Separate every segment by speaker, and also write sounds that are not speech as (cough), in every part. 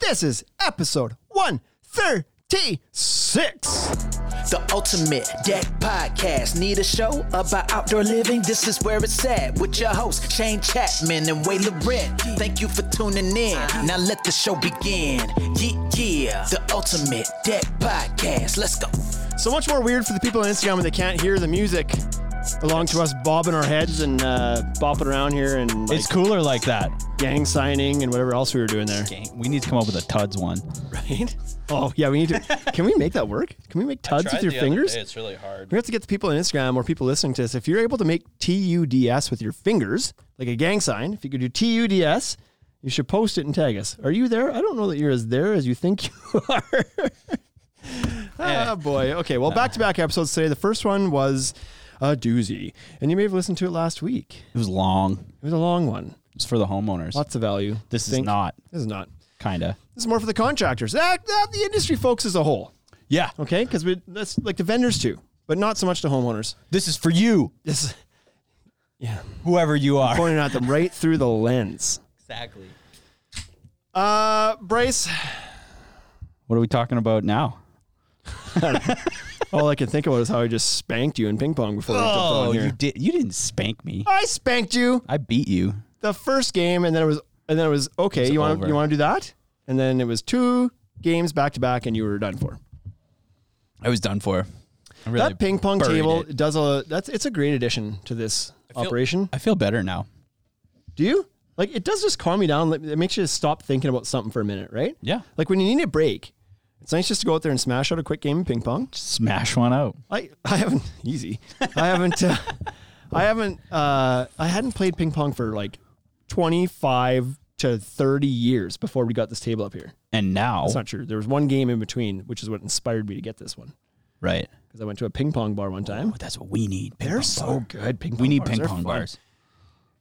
Speaker 1: This is episode 136.
Speaker 2: The Ultimate Deck Podcast. Need a show about outdoor living? This is where it's at with your hosts, Shane Chapman and Way Loren. Thank you for tuning in. Now let the show begin. Yeah, yeah. The Ultimate Deck Podcast. Let's go.
Speaker 1: So much more weird for the people on Instagram when they can't hear the music along to us bobbing our heads and uh, bopping around here and like,
Speaker 3: It's cooler like that.
Speaker 1: gang signing and whatever else we were doing there.
Speaker 3: We need to come up with a Tuds one.
Speaker 1: Right? Oh, yeah, we need to. Can we make that work? Can we make tuds
Speaker 4: tried
Speaker 1: with your
Speaker 4: the other
Speaker 1: fingers?
Speaker 4: day, It's really hard.
Speaker 1: We have to get the people on Instagram or people listening to this. If you're able to make TUDS with your fingers, like a gang sign, if you could do TUDS, you should post it and tag us. Are you there? I don't know that you're as there as you think (laughs) you
Speaker 3: (laughs)
Speaker 1: are.
Speaker 3: Eh.
Speaker 1: ah, boy. Okay. Well, back to back episodes today. The first one was a doozy, and you may have listened to it last week.
Speaker 3: It was long.
Speaker 1: It was a long one.
Speaker 3: It's for the homeowners.
Speaker 1: Lots of value.
Speaker 3: This is
Speaker 1: Think-
Speaker 3: not
Speaker 1: This is not.
Speaker 3: kinda.
Speaker 1: This is more for the contractors. Ah, ah, the industry folks as a whole.
Speaker 3: Yeah.
Speaker 1: Okay, because we that's like the vendors too, but not so much the homeowners.
Speaker 3: This is for you,
Speaker 1: This. Yeah.
Speaker 3: whoever you are.
Speaker 1: pointing at them right through the lens.
Speaker 4: Exactly.
Speaker 1: Uh, Bryce,
Speaker 3: What are we talking about now?
Speaker 1: all I can think about is how I just spanked you in ping pong before we jumped on here.
Speaker 3: Oh, you did. You didn't spank me.
Speaker 1: Oh, I spanked you
Speaker 3: I beat you.
Speaker 1: the first game, and then it was, and then it was okay. you want
Speaker 3: over.
Speaker 1: you want to do that, and then it was two games back to back, and you were done for.
Speaker 3: I was done for. I really
Speaker 1: that ping pong
Speaker 3: buried
Speaker 1: table
Speaker 3: it.
Speaker 1: does a that's it's a great addition to this
Speaker 4: feel-
Speaker 1: operation.
Speaker 3: I feel better now.
Speaker 1: Do you? Like it does just calm you down. Like, It makes you stop thinking about something for a minute, right?
Speaker 3: Yeah.
Speaker 1: Like when you need a break, it's nice just to go out there and smash out a quick game of ping pong.
Speaker 3: Smash one out.
Speaker 1: I, I haven't (laughs) easy. I haven't uh, I haven't uh, I hadn't played ping pong for like 25 to 30 years before we got this table up here.
Speaker 3: And now,
Speaker 1: It's not true. There was one game in between, which is what inspired me to get this one
Speaker 3: right?
Speaker 1: because I went to a ping pong bar one time.
Speaker 3: But that's what we need. Ping
Speaker 1: They're
Speaker 3: pong
Speaker 1: so
Speaker 3: bar.
Speaker 1: good. Ping pong
Speaker 3: We need
Speaker 1: bars.
Speaker 3: ping
Speaker 1: They're
Speaker 3: pong
Speaker 1: fun.
Speaker 3: bars.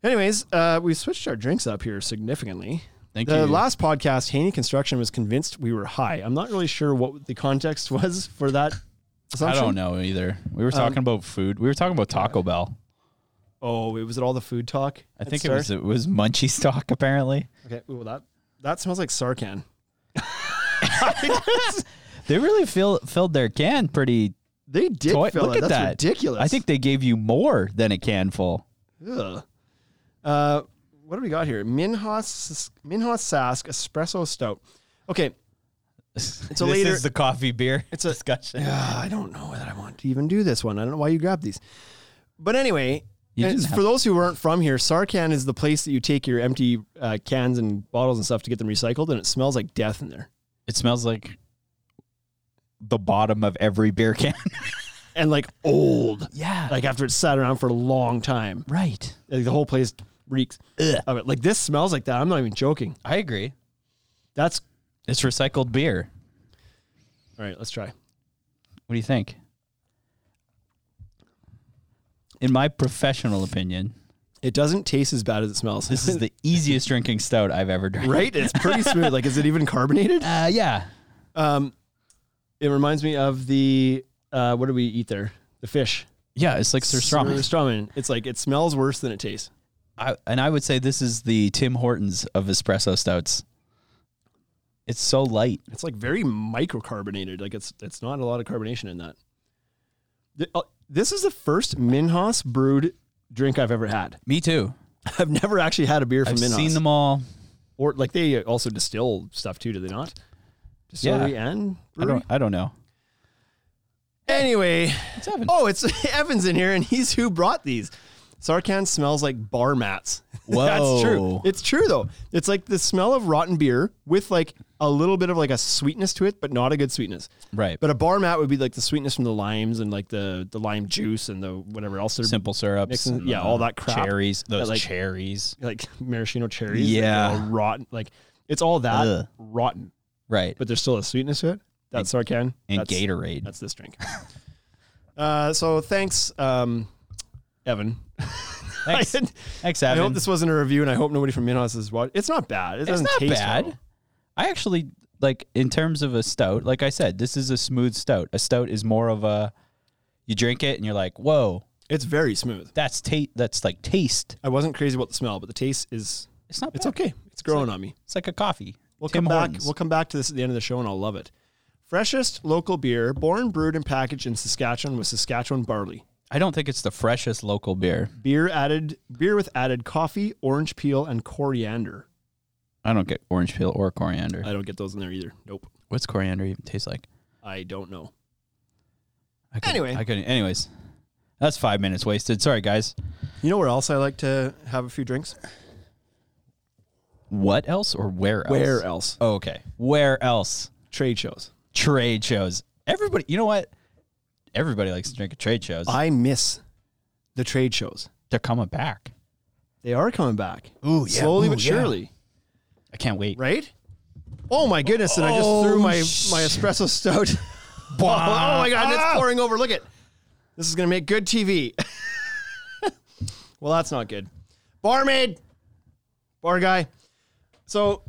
Speaker 1: Anyways, uh, we switched our drinks up here significantly.
Speaker 3: Thank
Speaker 1: the
Speaker 3: you.
Speaker 1: last podcast, Haney Construction was convinced we were high. I'm not really sure what the context (laughs) was for that.
Speaker 3: I
Speaker 1: Assumption.
Speaker 3: don't know either. We
Speaker 1: Um,
Speaker 3: were talking about food. We were talking about Taco Bell.
Speaker 1: Oh, it was it all the food talk?
Speaker 3: I think it was it was Munchie stock (laughs) apparently.
Speaker 1: Okay, well that that smells like Sarcan.
Speaker 3: They really fill, filled their can pretty
Speaker 1: They did
Speaker 3: Toy-
Speaker 1: fill
Speaker 3: look
Speaker 1: it.
Speaker 3: at
Speaker 1: That's
Speaker 3: that.
Speaker 1: ridiculous.
Speaker 3: I think they gave you more than a can full.
Speaker 1: Ugh. Uh, what do we got here? Minhas Minhas Sask Espresso Stout. Okay,
Speaker 3: (laughs) It's
Speaker 1: a later-
Speaker 3: the coffee beer it's
Speaker 1: a-
Speaker 3: discussion.
Speaker 1: Ah, I don't know whether I want to even do this one. I don't know why you grabbed these. But anyway,
Speaker 3: You
Speaker 1: and
Speaker 3: didn't have-
Speaker 1: for those who weren't from here, Sarcan is the place that you take your empty uh, cans and bottles and stuff to get them recycled, and it smells like death in there.
Speaker 3: It smells like the bottom of every beer can. (laughs)
Speaker 1: And like old,
Speaker 3: yeah.
Speaker 1: like after it's sat around for a long time,
Speaker 3: right.
Speaker 1: like the whole place reeks of it. Like this smells like that. I'm not even joking.
Speaker 3: I agree.
Speaker 1: That's
Speaker 3: It's recycled beer.
Speaker 1: all right. Let's try.
Speaker 3: What do you think? In my professional opinion,
Speaker 1: It doesn't taste as bad as it smells. (laughs)
Speaker 3: this is the easiest drinking stout I've ever drank.
Speaker 1: right? It's pretty smooth. Like, is it even carbonated?
Speaker 3: Uh, yeah.
Speaker 1: Um, it reminds me of the uh, what do we eat there? The fish.
Speaker 3: Yeah, it's like Sir
Speaker 1: Sir Strawman. It's like it smells worse than it tastes.
Speaker 3: I, and I would say this is the Tim Hortons of espresso stouts. It's so light.
Speaker 1: It's like very microcarbonated. Like it's it's not a lot of carbonation in that. Th- uh, This is the first Minhas brewed drink I've ever had. (laughs)
Speaker 3: Me too.
Speaker 1: I've never actually had a beer from
Speaker 3: I've
Speaker 1: Minhas.
Speaker 3: seen them all.
Speaker 1: Or like they also distill stuff too, do they not? Distillery and
Speaker 3: I
Speaker 1: brewery.
Speaker 3: don't. I don't know.
Speaker 1: Anyway,
Speaker 3: It's Evan.
Speaker 1: Oh, it's (laughs) Evan's in here, and he's who brought these. Sarcan smells like bar mats. (laughs) That's true.
Speaker 3: Whoa.
Speaker 1: It's true though. It's like the smell of rotten beer with like a little bit of like a sweetness to it, but not a good sweetness.
Speaker 3: Right.
Speaker 1: But a bar mat would be like the sweetness from the limes and like the the lime juice and the whatever else. They're
Speaker 3: simple syrups.
Speaker 1: mixing-
Speaker 3: and,
Speaker 1: yeah,
Speaker 3: uh,
Speaker 1: all that crap.
Speaker 3: Cherries. Those
Speaker 1: like-
Speaker 3: cherries.
Speaker 1: like maraschino cherries. that
Speaker 3: Yeah.
Speaker 1: are rotten. Like it's all that
Speaker 3: Ugh.
Speaker 1: rotten,
Speaker 3: Right.
Speaker 1: but there's still a sweetness to it. That's Sarcan
Speaker 3: and
Speaker 1: That's-
Speaker 3: Gatorade.
Speaker 1: That's this drink. (laughs) uh, so thanks, um, Evan. (laughs)
Speaker 3: Thanks.
Speaker 1: I-
Speaker 3: Thanks,
Speaker 1: I
Speaker 3: Evan.
Speaker 1: hope this wasn't a review, and I hope nobody from Minhas is watching. It's not bad. It
Speaker 3: it's
Speaker 1: doesn't
Speaker 3: not
Speaker 1: taste
Speaker 3: bad.
Speaker 1: horrible.
Speaker 3: I actually like in terms of a stout. Like I said, this is a smooth stout. A stout is more of a you drink it and you're like, whoa,
Speaker 1: It's very smooth.
Speaker 3: that's taste. That's like taste.
Speaker 1: I wasn't crazy about the smell, but the taste is.
Speaker 3: It's not.
Speaker 1: It's
Speaker 3: bad.
Speaker 1: okay. It's growing on me.
Speaker 3: It's like a coffee.
Speaker 1: We'll
Speaker 3: Tim
Speaker 1: come back.
Speaker 3: Hortons.
Speaker 1: We'll come back to this at the end of the show, and I'll love it. Freshest local beer, born, brewed, and packaged in Saskatchewan with Saskatchewan barley.
Speaker 3: I don't think it's the freshest local beer.
Speaker 1: Beer added beer with added coffee, orange peel, and coriander.
Speaker 3: I don't get orange peel or coriander.
Speaker 1: I don't get those in there either. Nope.
Speaker 3: What's coriander even taste like?
Speaker 1: I don't know.
Speaker 3: I couldn't-
Speaker 1: Anyway.
Speaker 3: I couldn't. Anyways, that's five minutes wasted. Sorry, guys.
Speaker 1: You know where else I like to have a few drinks?
Speaker 3: What else or where else?
Speaker 1: else?
Speaker 3: Oh, okay. Where else?
Speaker 1: Uh, Trade shows.
Speaker 3: Trade shows. Everybody, you know what? Everybody likes to drink at trade shows.
Speaker 1: I miss the trade shows.
Speaker 3: They're coming back.
Speaker 1: They are coming back.
Speaker 3: Ooh, yeah.
Speaker 1: Slowly
Speaker 3: Ooh,
Speaker 1: but
Speaker 3: yeah.
Speaker 1: surely.
Speaker 3: I can't wait. (laughs)
Speaker 1: Right? Oh my goodness. And I just
Speaker 3: Oh,
Speaker 1: threw my,
Speaker 3: sh- Ah.
Speaker 1: my espresso stout. (laughs) oh, oh my God. and It's pouring over. Look at this is going to make good TV. (laughs) well, that's not good. Barmaid, bar guy. So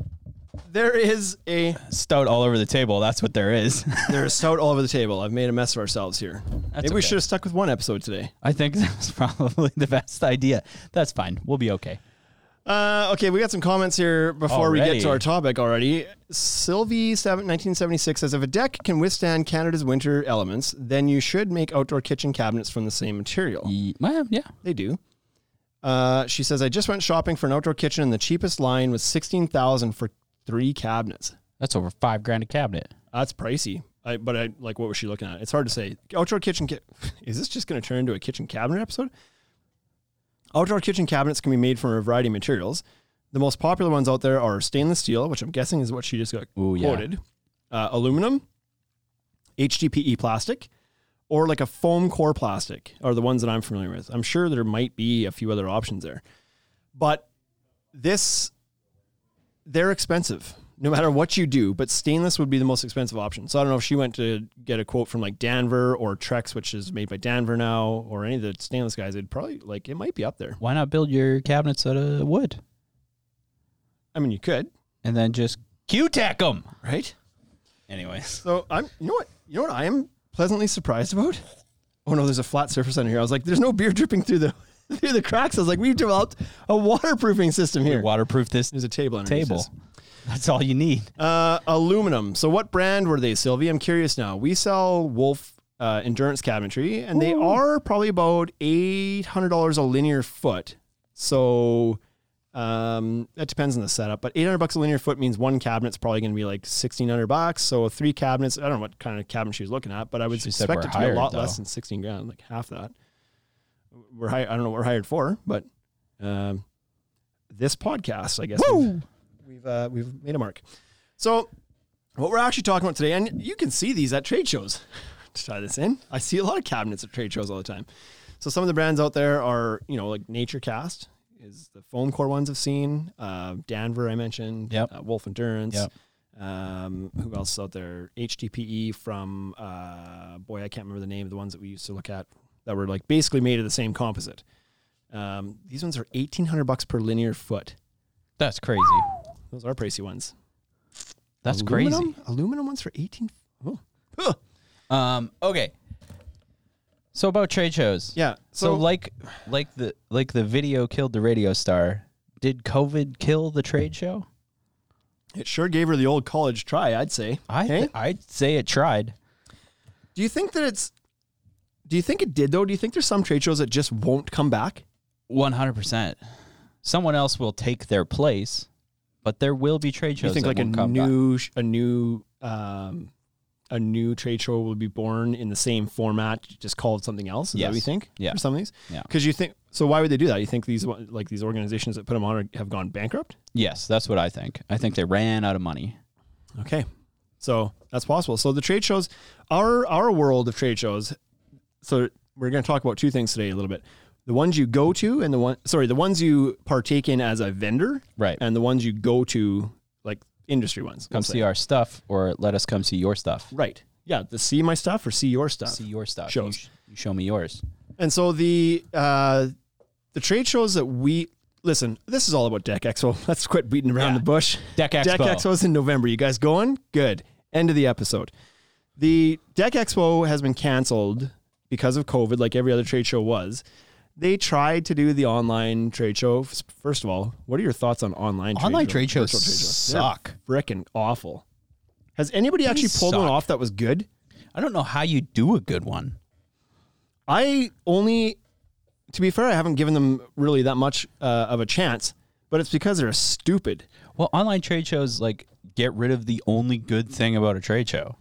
Speaker 1: there is a
Speaker 3: Stout all over the table. That's what there is. (laughs)
Speaker 1: there is stout all over the table. I've made a mess of ourselves here. Maybe we
Speaker 3: okay.
Speaker 1: should have stuck with one episode today.
Speaker 3: I think that's probably the best idea. That's fine. We'll be okay.
Speaker 1: Uh, okay, we got some comments here before we get
Speaker 3: Already?
Speaker 1: to our topic already. Sylvie seven, 1976 says If a deck can withstand Canada's winter elements, then you should make outdoor kitchen cabinets from the same material.
Speaker 3: Ye- Well, yeah.
Speaker 1: They do. Uh, she says, I just went shopping for an outdoor kitchen, and the cheapest line was 16000 for three cabinets.
Speaker 3: That's over five grand a cabinet.
Speaker 1: Uh, That's pricey. I, but I like what was she looking at? It's hard to say. Outdoor kitchen ca- (laughs) is this just going to turn into a kitchen cabinet episode? Outdoor kitchen cabinets can be made from a variety of materials. The most popular ones out there are stainless steel, which I'm guessing is what she just got
Speaker 3: Ooh, yeah.
Speaker 1: quoted, uh, aluminum, HDPE E plastic, or like a foam core plastic are the ones that I'm familiar with. I'm sure there might be a few other options there, but this they're expensive no matter what you do but stainless would be the most expensive option so i don't know if she went to get a quote from like danver or trex which is made by danver now or any of the stainless guys it'd probably like it might be up there
Speaker 3: Why not build your cabinets out of wood
Speaker 1: i mean you could
Speaker 3: and then just Q-tack them?
Speaker 1: right (laughs)
Speaker 3: Anyways,
Speaker 1: so i'm you know what you know what i am pleasantly surprised about oh no there's a flat surface under here i was like there's no beer dripping through the (laughs) through the cracks i was like we've developed a waterproofing system here
Speaker 3: waterproof this
Speaker 1: there's a table under
Speaker 3: (laughs) table. That's all you need.
Speaker 1: Uh, aluminum. So what brand were they, Sylvie? I'm curious now. We sell Wolf uh, Endurance Cabinetry, and they are probably about eight hundred dollars a linear foot. So um, that depends on the setup, but eight hundred bucks a linear foot means one cabinet's probably going to be like sixteen hundred bucks. So three cabinets. I don't know what kind of cabinet she was looking at, but I would
Speaker 3: She said
Speaker 1: expect
Speaker 3: we're
Speaker 1: it to be a
Speaker 3: hired,
Speaker 1: lot
Speaker 3: though.
Speaker 1: less than sixteen grand, like half that. We're hi- I don't know what we're hired for, but um, this podcast, I guess. We've, we've uh, we've made a mark. So, what we're actually talking about today, and you can see these at trade shows. (laughs) to tie this in, I see a lot of cabinets at trade shows all the time. So some of the brands out there are, you know, like NatureCast is the foam core ones I've seen. Uh, Danver I mentioned.
Speaker 3: Yep.
Speaker 1: Uh, Wolf Endurance.
Speaker 3: Yep.
Speaker 1: Um, who else is out there? HDPE E from uh, boy, I can't remember the name of the ones that we used to look at that were like basically made of the same composite. Um, these ones are eighteen hundred bucks per linear foot.
Speaker 3: That's crazy.
Speaker 1: Those are pricey ones.
Speaker 3: That's
Speaker 1: aluminum?
Speaker 3: crazy.
Speaker 1: Aluminum ones for eighteen. Oh. Huh.
Speaker 3: Um, okay. So about trade shows.
Speaker 1: Yeah.
Speaker 3: So,
Speaker 1: So,
Speaker 3: like like the like the video killed the radio star. Did COVID kill the trade show?
Speaker 1: it sure gave her the old college try, I'd say.
Speaker 3: I
Speaker 1: Hey?
Speaker 3: th- I'd say it tried.
Speaker 1: Do you think that it's? Do you think it did though? Do you think there's some trade shows that just won't come back?
Speaker 3: One hundred percent. Someone else will take their place, but there will be trade
Speaker 1: Do
Speaker 3: shows.
Speaker 1: you think
Speaker 3: that
Speaker 1: like a
Speaker 3: won't come back.
Speaker 1: new sh- a new um, a new trade show will be born in the same format, just called something else? Is that what you
Speaker 3: Yes.
Speaker 1: think?
Speaker 3: Yeah.
Speaker 1: For some of these,
Speaker 3: Yeah.
Speaker 1: Because you think so? Why would they do that? You think these one- like these organizations that put them on are, have gone bankrupt?
Speaker 3: Yes, that's what I think. I think they ran out of money.
Speaker 1: Okay. So that's possible. So the trade shows, our our world of trade shows. So we're going to talk about two things today a little bit. The ones you go to and the one sorry, the ones you partake in as a vendor.
Speaker 3: Right.
Speaker 1: And the ones you go to like industry ones.
Speaker 3: Come
Speaker 1: let's say.
Speaker 3: see our stuff, or let us come see your stuff.
Speaker 1: Right. Yeah, the see my stuff or see your stuff.
Speaker 3: See your stuff. You,
Speaker 1: Shows.
Speaker 3: sh- you show me yours.
Speaker 1: And so the uh, the trade shows that we listen, this is all about Deck Expo. (laughs) Let's quit beating around
Speaker 3: Yeah.
Speaker 1: the bush.
Speaker 3: Deck
Speaker 1: Deck
Speaker 3: Expo.
Speaker 1: Expo is in November. You guys going? Good. End of the episode. The Deck Expo has been canceled because of COVID, like every other trade show was. they tried to do the online trade show. F- First of all, what are your thoughts on online trade
Speaker 3: Online
Speaker 1: show-
Speaker 3: trade shows
Speaker 1: virtual
Speaker 3: suck.
Speaker 1: Freaking awful. Has anybody actually pulled one
Speaker 3: suck.
Speaker 1: off that was good?
Speaker 3: I don't know how you do a good one.
Speaker 1: I only, to be fair, I haven't given them really that much uh, of a chance, but it's because they're stupid. (laughs)
Speaker 3: Well, online trade shows like get rid of the only good thing about a trade show.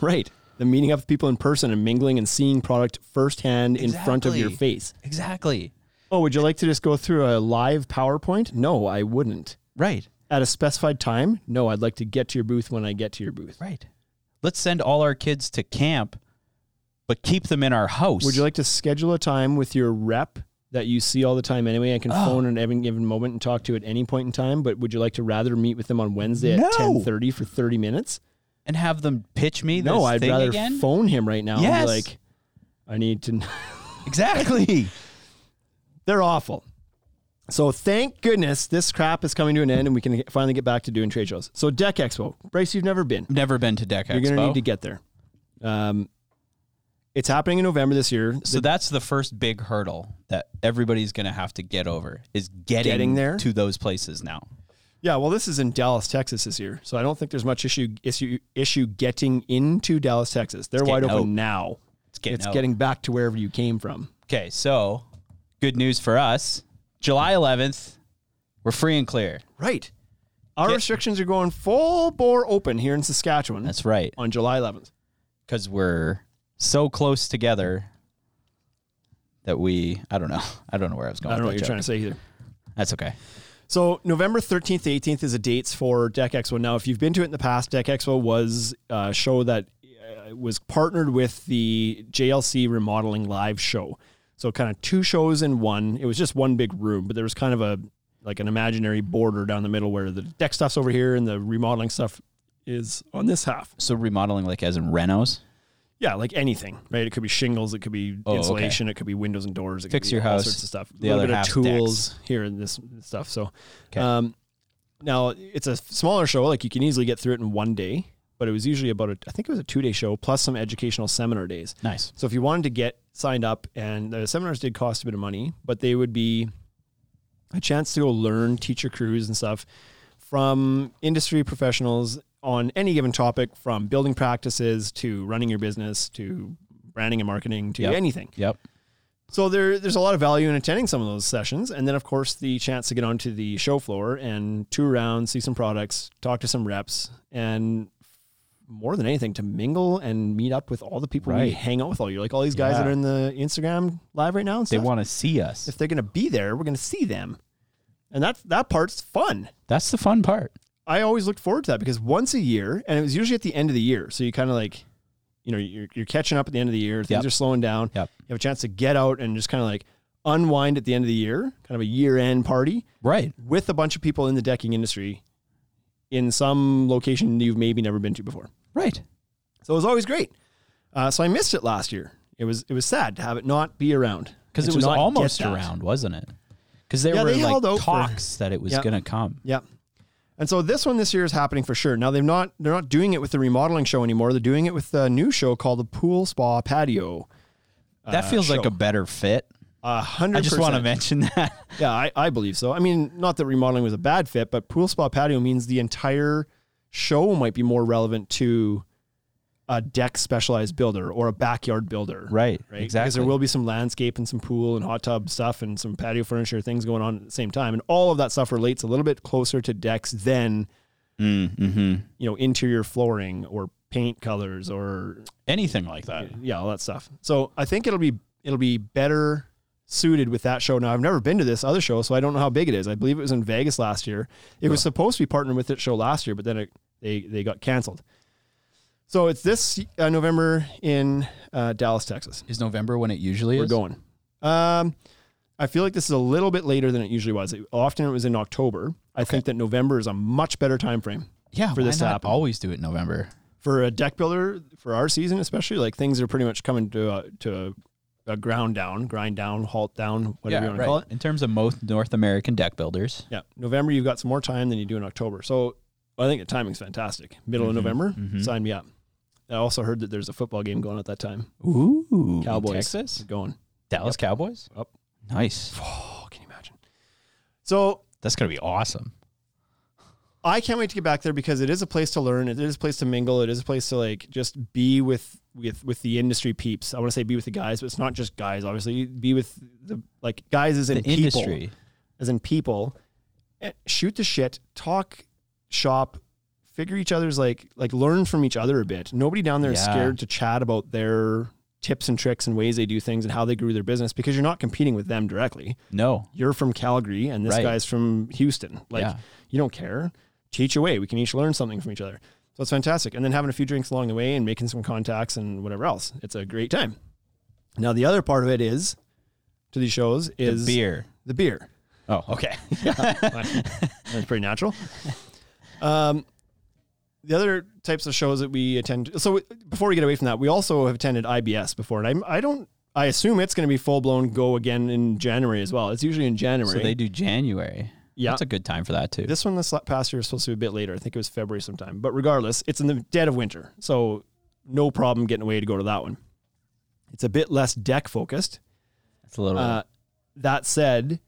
Speaker 1: Right. The meeting up with people in person and mingling and seeing product firsthand (laughs) in front of your
Speaker 3: Exactly.
Speaker 1: face.
Speaker 3: Exactly.
Speaker 1: Oh, would you like to just go through a live PowerPoint? No, I wouldn't.
Speaker 3: Right.
Speaker 1: At a specified time? No, I'd like to get to your booth when I get to your booth.
Speaker 3: Right. Let's send all our kids to camp, but keep them in our house.
Speaker 1: Would you like to schedule a time with your rep that you see all the time anyway? I can phone at every given moment and talk to at any point in time, but would you like to rather meet with them on Wednesday
Speaker 3: No.
Speaker 1: at 10:30 for 30 minutes?
Speaker 3: and have them pitch me? This
Speaker 1: No, I'd
Speaker 3: thing
Speaker 1: rather
Speaker 3: again?
Speaker 1: phone him right now
Speaker 3: Yes.
Speaker 1: and be like I need to (laughs) kn-
Speaker 3: Exactly. (laughs)
Speaker 1: They're awful. So thank goodness this crap is coming to an end and we can finally get back to doing trade shows. So Deck Expo, Bryce, you've never been.
Speaker 3: Never been to Deck
Speaker 1: You're
Speaker 3: Expo.
Speaker 1: going to need to get there. Um, it's happening in November this year.
Speaker 3: so that's the first big hurdle that everybody's going to have to get over is getting,
Speaker 1: Getting there?
Speaker 3: to those places now.
Speaker 1: Yeah, well, this is in Dallas, Texas this year, so I don't think there's much issue issue issue getting into Dallas, Texas. They're wide
Speaker 3: getting
Speaker 1: open
Speaker 3: out.
Speaker 1: now.
Speaker 3: It's getting
Speaker 1: it's
Speaker 3: out.
Speaker 1: getting back to wherever you came from.
Speaker 3: Okay, so good news for us. July 11th, we're free and clear.
Speaker 1: Right. Our
Speaker 3: Okay.
Speaker 1: restrictions are going full bore open here in Saskatchewan
Speaker 3: That's right.
Speaker 1: on July 11th.
Speaker 3: Because we're so close together that we, I don't know. (laughs) I don't know where I was going.
Speaker 1: I don't know what
Speaker 3: with
Speaker 1: you're
Speaker 3: that
Speaker 1: trying to
Speaker 3: joke.
Speaker 1: say either.
Speaker 3: That's okay.
Speaker 1: So November 13th to 18th is the dates for Deck Expo. Now, if you've been to it in the past, Deck Expo was a show that uh, was partnered with the JLC Remodeling Live show. So kind of two shows in one. It was just one big room, but there was kind of a like an imaginary border down the middle where the deck stuff's over here and the remodeling stuff is on this half.
Speaker 3: So remodeling, like as in renos,
Speaker 1: Yeah, like anything, right? It could be shingles, it could be
Speaker 3: Oh, okay.
Speaker 1: insulation, it could be windows and doors, it
Speaker 3: Fix
Speaker 1: could be
Speaker 3: your
Speaker 1: all
Speaker 3: house,
Speaker 1: sorts of stuff.
Speaker 3: the
Speaker 1: a little
Speaker 3: other
Speaker 1: bit
Speaker 3: half
Speaker 1: of tools here and this stuff. So, um, now it's a smaller show. Like you can easily get through it in one day, but it was usually about a, I think it was a two day show plus some educational seminar days.
Speaker 3: nice.
Speaker 1: So if you wanted to get signed up, and the seminars did cost a bit of money, but they would be a chance to go learn teacher crews and stuff from industry professionals on any given topic, from building practices to running your business to branding and marketing to
Speaker 3: Yep.
Speaker 1: anything.
Speaker 3: Yep.
Speaker 1: So there, there's a lot of value in attending some of those sessions, and then of course the chance to get onto the show floor and tour around, see some products, talk to some reps, and more than anything to mingle and meet up with all the people we
Speaker 3: Right.
Speaker 1: hang out with all year, like all these guys
Speaker 3: Yeah.
Speaker 1: that are in the Instagram live right now. And
Speaker 3: They
Speaker 1: stuff.
Speaker 3: want to see us.
Speaker 1: if they're going to be there, we're going to see them, and that's that part's fun.
Speaker 3: That's the fun part.
Speaker 1: I always looked forward to that because once a year, and it was usually at the end of the year. So you kind of like, you know, you're, you're catching up at the end of the year. Things
Speaker 3: Yep.
Speaker 1: are slowing down.
Speaker 3: Yep.
Speaker 1: You have a chance to get out and just kind of like unwind at the end of the year, kind of a year end party
Speaker 3: Right.
Speaker 1: with a bunch of people in the decking industry in some location you've maybe never been to before.
Speaker 3: Right.
Speaker 1: So it was always great. Uh, so I missed it last year. It was it was sad to have it not be around
Speaker 3: Because
Speaker 1: and
Speaker 3: it
Speaker 1: to
Speaker 3: was
Speaker 1: not get
Speaker 3: almost
Speaker 1: that.
Speaker 3: around, wasn't it? Because there
Speaker 1: Yeah,
Speaker 3: were
Speaker 1: they held out
Speaker 3: like
Speaker 1: for-
Speaker 3: talks that it was
Speaker 1: Yep.
Speaker 3: going to come.
Speaker 1: Yeah. And so this one this year is happening for sure. Now they've not they're not doing it with the remodeling show anymore. They're doing it with the new show called the Pool Spa Patio.
Speaker 3: That feels like
Speaker 1: show.
Speaker 3: a better fit.
Speaker 1: A hundred.
Speaker 3: I just want to
Speaker 1: percent.
Speaker 3: mention (laughs) that.
Speaker 1: Yeah, I, I believe so. I mean, not that remodeling was a bad fit, but Pool Spa Patio means the entire show might be more relevant to a deck specialized builder or a backyard builder.
Speaker 3: Right.
Speaker 1: Right. Because
Speaker 3: Exactly.
Speaker 1: there will be some landscape and some pool and hot tub stuff and some patio furniture things going on at the same time. And all of that stuff relates a little bit closer to decks than
Speaker 3: mm-hmm.
Speaker 1: you know interior flooring or paint colors or uh,
Speaker 3: Anything like that.
Speaker 1: yeah all that stuff so i think it'll be it'll be better suited with that show now i've never been to this other show so i don't know how big it is i believe it was in vegas last year it was supposed to be partnered with this show last year but then it, they they got canceled so it's this uh, november in uh, dallas texas
Speaker 3: Is November when it usually
Speaker 1: we're
Speaker 3: is?
Speaker 1: going um i feel like this is a little bit later than it usually was It- often it was in october i think that november is a much better time frame
Speaker 3: Yeah.
Speaker 1: for
Speaker 3: why
Speaker 1: this to
Speaker 3: not
Speaker 1: happen.
Speaker 3: always do it in November?
Speaker 1: for a deck builder for our season especially like things are pretty much coming to a, to a, a ground down grind down halt down whatever you want to call it
Speaker 3: In terms of most North American deck builders,
Speaker 1: yeah november you've got some more time than you do in october so i think the timing's fantastic middle of november sign me up i also heard that there's a football game going at that time
Speaker 3: ooh,
Speaker 1: cowboys
Speaker 3: Texas,
Speaker 1: going
Speaker 3: Dallas Cowboys.
Speaker 1: Up.
Speaker 3: Nice.
Speaker 1: Oh, can you imagine? So
Speaker 3: That's gonna be awesome.
Speaker 1: I can't wait to get back there because it is a place to learn. It is a place to mingle. It is a place to like just be with with with the industry peeps. I want to say be with the guys, but it's not just guys. Obviously, be with the like guys as in
Speaker 3: The
Speaker 1: people,
Speaker 3: industry.
Speaker 1: as in people. Eh, Shoot the shit, talk, shop, figure each other's like like learn from each other a bit. Nobody down there is
Speaker 3: Yeah.
Speaker 1: scared to chat about their tips and tricks and ways they do things and how they grew their business because you're not competing with them directly
Speaker 3: No.
Speaker 1: you're from Calgary and this
Speaker 3: Right.
Speaker 1: guy's from Houston. Like,
Speaker 3: Yeah.
Speaker 1: you don't care. Teach away. We can each learn something from each other. So it's fantastic. And then having a few drinks along the way and making some contacts and whatever else. It's a great time. Now, the other part of it is to these shows is
Speaker 3: the beer.
Speaker 1: The beer.
Speaker 3: Oh, okay. (laughs)
Speaker 1: That's pretty natural. Um, the other types of shows that we attend. So before we get away from that, we also have attended IBS before, and I'm, I don't. I assume it's going to be full blown go again in January as well. It's usually in January.
Speaker 3: So they do January.
Speaker 1: Yeah.
Speaker 3: That's a good time for that too.
Speaker 1: This one this la- past year was supposed to be a bit later. I think it was February sometime. But regardless, it's in the dead of winter. So no problem getting away to go to that one. It's a bit less deck focused.
Speaker 3: It's a little
Speaker 1: Uh, that said,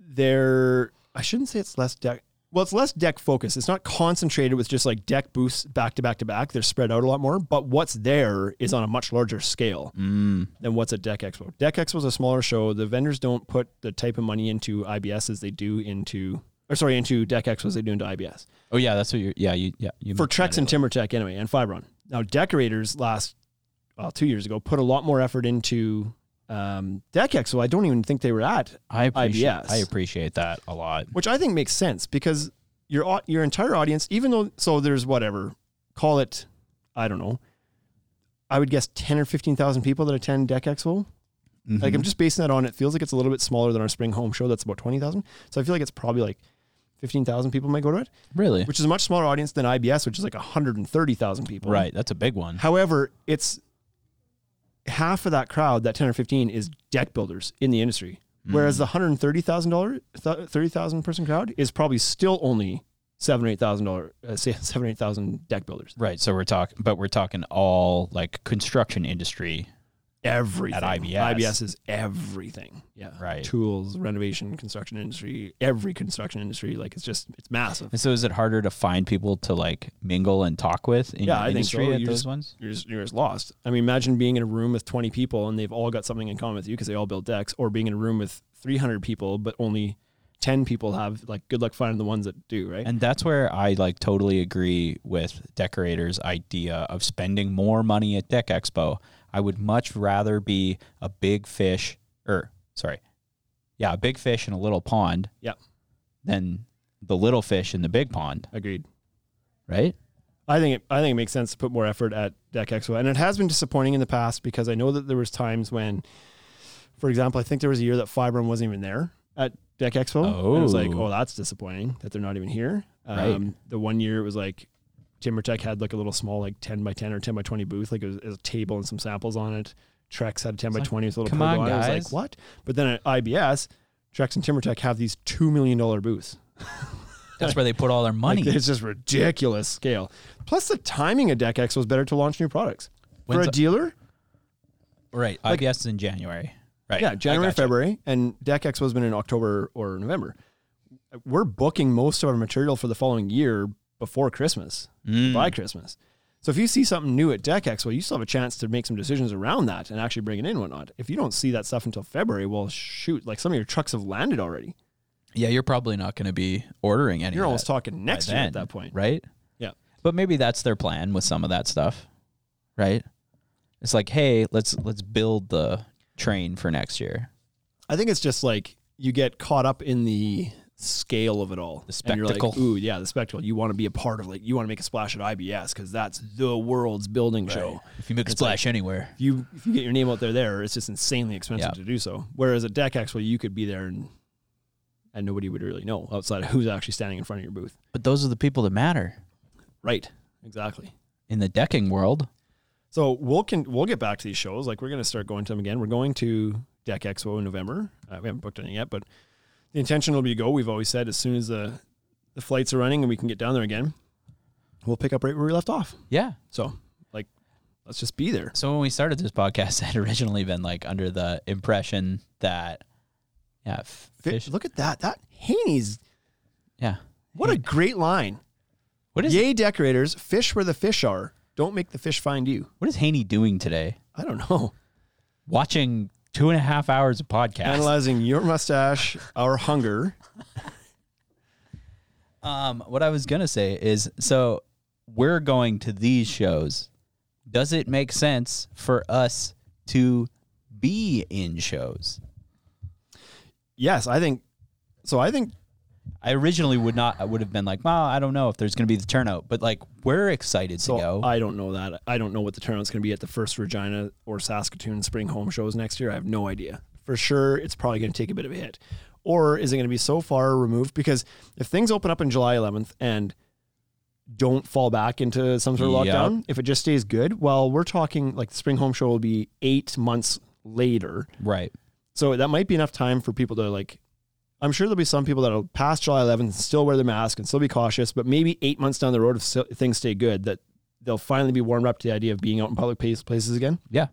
Speaker 1: there I shouldn't say it's less deck. Well, it's less deck focused. It's not concentrated with just like deck boosts back to back to back. They're spread out a lot more. But what's there is on a much larger scale than what's at Deck Expo. Deck Expo is a smaller show. The vendors don't put the type of money into IBS as they do into, or sorry, into Deck Expo as they do into IBS
Speaker 3: Oh yeah, that's what you're yeah, you yeah, you
Speaker 1: for
Speaker 3: mentioned
Speaker 1: Trex
Speaker 3: that
Speaker 1: and
Speaker 3: earlier.
Speaker 1: TimberTech anyway, and Fibron. Now decorators last well, two years ago put a lot more effort into um, Deck Expo. I don't even think they were at,
Speaker 3: I appreciate
Speaker 1: IBS.
Speaker 3: I appreciate that a lot.
Speaker 1: which I think makes sense because your au- your entire audience, even though so there's whatever, call it, I don't know, I would guess ten or fifteen thousand people that attend Deck Expo. Like I'm just basing that on it feels like it's a little bit smaller than our spring home show. That's about twenty thousand. So I feel like it's probably like fifteen thousand people might go to it,
Speaker 3: Really?
Speaker 1: which is a much smaller audience than IBS, which is like hundred and thirty thousand people.
Speaker 3: right, that's a big one.
Speaker 1: However, it's half of that crowd, that 10 or 15 is deck builders in the industry. Whereas the 130,000 dollar 30,000 person crowd is probably still only 7 or 8,000 dollar uh, say (laughs) 7 or 8,000 deck builders.
Speaker 3: Right, so we're talking but we're talking all like construction industry.
Speaker 1: Everything.
Speaker 3: IBS.
Speaker 1: IBS is everything. Yeah.
Speaker 3: Right.
Speaker 1: Tools, renovation, construction industry, every construction industry like it's just it's massive.
Speaker 3: And so is it harder to find people to like mingle and talk with in
Speaker 1: Yeah,
Speaker 3: your
Speaker 1: I think
Speaker 3: industry
Speaker 1: so.
Speaker 3: at
Speaker 1: You
Speaker 3: those
Speaker 1: just-
Speaker 3: ones?
Speaker 1: You're just, you're just lost. I mean, imagine being in a room with 20 people and they've all got something in common with you because they all build decks, or being in a room with 300 people but only 10 people have like good luck finding the ones that do, right?
Speaker 3: And that's where I like totally agree with decorators' idea of spending more money at Deck Expo. I would much rather be a big fish, or sorry, yeah, a big fish in a little pond
Speaker 1: yeah,
Speaker 3: than the little fish in the big pond,
Speaker 1: agreed.
Speaker 3: right?
Speaker 1: I think it, I think it makes sense to put more effort at Deck Expo, and it has been disappointing in the past because I know that there was times when, for example, I think there was a year that Fibron wasn't even there at Deck Expo. And it was like,
Speaker 3: Oh.
Speaker 1: oh, that's disappointing that they're not even here. Um,
Speaker 3: Right.
Speaker 1: The one year it was like TimberTech had like a little small like ten by ten or ten by twenty booth, like it was, it was a table and some samples on it. Trex had a ten by twenty with a little
Speaker 3: come
Speaker 1: pergola.
Speaker 3: on,
Speaker 1: I was
Speaker 3: guys.
Speaker 1: like, what? But then at IBS, Trex and TimberTech have these two million dollar booths.
Speaker 3: That's where they put all their money.
Speaker 1: Like, it's just ridiculous scale. Plus, the timing of Deck Expo is better to launch new products for
Speaker 3: When's
Speaker 1: a
Speaker 3: the-
Speaker 1: dealer.
Speaker 3: right. I guess in January. Right. I
Speaker 1: Yeah, January,
Speaker 3: gotcha.
Speaker 1: February, and Deck Expo has been in October or November. We're booking most of our material for the following year before Christmas,
Speaker 3: Mm.
Speaker 1: by Christmas. So if you see something new at Deck Expo, you still have a chance to make some decisions around that and actually bring it in and whatnot. If you don't see that stuff until February, well, shoot, like some of your trucks have landed already.
Speaker 3: Yeah, you're probably not going to be ordering any.
Speaker 1: You're
Speaker 3: of
Speaker 1: almost
Speaker 3: that
Speaker 1: talking
Speaker 3: by
Speaker 1: next year
Speaker 3: then,
Speaker 1: at that point.
Speaker 3: right?
Speaker 1: Yeah.
Speaker 3: But maybe that's their plan with some of that stuff, right? It's like, hey, let's let's build the train for next year.
Speaker 1: I think it's just like you get caught up in the scale of it all. The
Speaker 3: spectacle.
Speaker 1: Ooh, yeah, the spectacle. You want to be a part of like you want to make a splash at IBS because that's the world's building show.
Speaker 3: If you make a splash anywhere,
Speaker 1: If you if you get your name out there, there it's just insanely expensive
Speaker 3: Yeah.
Speaker 1: to do so. Whereas at Deck Expo, you could be there and and nobody would really know outside of who's actually standing in front of your booth.
Speaker 3: but those are the people that matter
Speaker 1: Right. Exactly.
Speaker 3: in the decking world.
Speaker 1: So we'll can we'll get back to these shows. Like we're gonna start going to them again. We're going to Deck Expo in November. Uh, we haven't booked anything yet, but the intention will be to go. We've always said as soon as the the flights are running and we can get down there again, we'll pick up right where we left off.
Speaker 3: Yeah.
Speaker 1: So like, let's just be there.
Speaker 3: (laughs) So when we started this podcast, I had originally been like under the impression that Yeah, f-
Speaker 1: Fi-
Speaker 3: fish.
Speaker 1: Look at that. That Haney's.
Speaker 3: Yeah.
Speaker 1: What a great line.
Speaker 3: What is
Speaker 1: Yay, decorators. Fish where the fish are. Don't make the fish find you.
Speaker 3: what is Haney doing today?
Speaker 1: I don't know.
Speaker 3: Watching two and a half hours of podcast.
Speaker 1: Analyzing your mustache, our hunger.
Speaker 3: Um, what I was gonna say is, so we're going to these shows. Does it make sense for us to be in shows?
Speaker 1: Yes, I think. So I think
Speaker 3: I originally would not. I would have been like, well, I don't know if there's gonna be the turnout, but like we're excited
Speaker 1: so.
Speaker 3: to go.
Speaker 1: I don't know that. I don't know what the turnout's going to be at the first Regina or Saskatoon spring home shows next year. I have no idea. For sure, it's probably going to take a bit of a hit. Or is it going to be so far removed? Because if things open up in July 11th and don't fall back into some sort of
Speaker 3: Yep.
Speaker 1: lockdown, if it just stays good, well, we're talking like the spring home show will be eight months later.
Speaker 3: right.
Speaker 1: So that might be enough time for people to like. I'm sure there'll be some people that'll pass July 11th and still wear their mask and still be cautious, but maybe eight months down the road, if so- things stay good, that they'll finally be warmed up to the idea of being out in public place- places again.
Speaker 3: Yeah.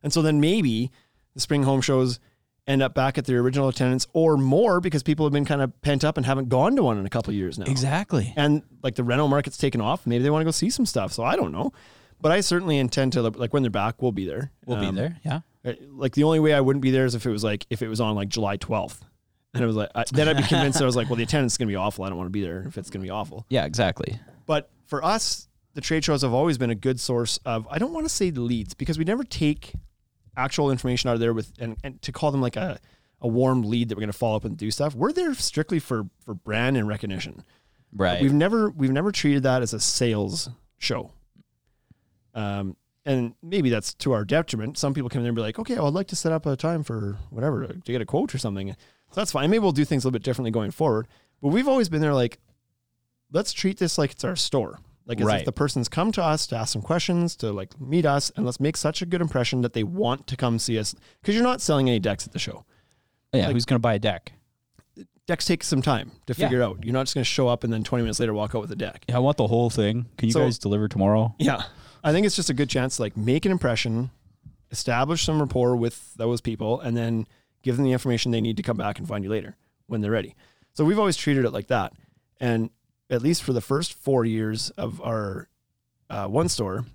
Speaker 1: And so then maybe the spring home shows end up back at their original attendance or more because people have been kind of pent up and haven't gone to one in a couple of years now.
Speaker 3: Exactly.
Speaker 1: And like the rental market's taken off, maybe they want to go see some stuff. So I don't know, but I certainly intend to like when they're back, we'll be there.
Speaker 3: We'll
Speaker 1: Um,
Speaker 3: be there. Yeah.
Speaker 1: uh, like the only way I wouldn't be there is if it was like if it was on like July 12th. And it was like I, then I'd be convinced that I was like, well, the attendance is going to be awful. I don't want to be there if it's going to be awful.
Speaker 3: Yeah. Exactly.
Speaker 1: But for us, the trade shows have always been a good source of I don't want to say leads because we never take actual information out of there with and, and to call them like a a warm lead that we're going to follow up and do stuff. We're there strictly for for brand and recognition.
Speaker 3: Right.
Speaker 1: We've never we've never treated that as a sales show. Um, and maybe that's to our detriment. Some people come in there and be like, "Okay, well, I'd like to set up a time for whatever to get a quote or something." So that's fine. Maybe we'll do things a little bit differently going forward. But we've always been there, like, let's treat this like it's our store. Like, as
Speaker 3: Right.
Speaker 1: if the person's come to us to ask some questions, to like meet us, and let's make such a good impression that they want to come see us. Because you're not selling any decks at the show.
Speaker 3: yeah. who's gonna buy a deck?
Speaker 1: Decks take some time to
Speaker 3: Yeah.
Speaker 1: figure out. You're not just going to show up and then 20 minutes later walk out with a deck.
Speaker 3: Yeah, I want the whole thing. Can you
Speaker 1: So-
Speaker 3: guys deliver tomorrow?
Speaker 1: Yeah. I think it's just a good chance to like make an impression, establish some rapport with those people, and then give them the information they need to come back and find you later when they're ready. So we've always treated it like that. And at least for the first four years of our uh, one store,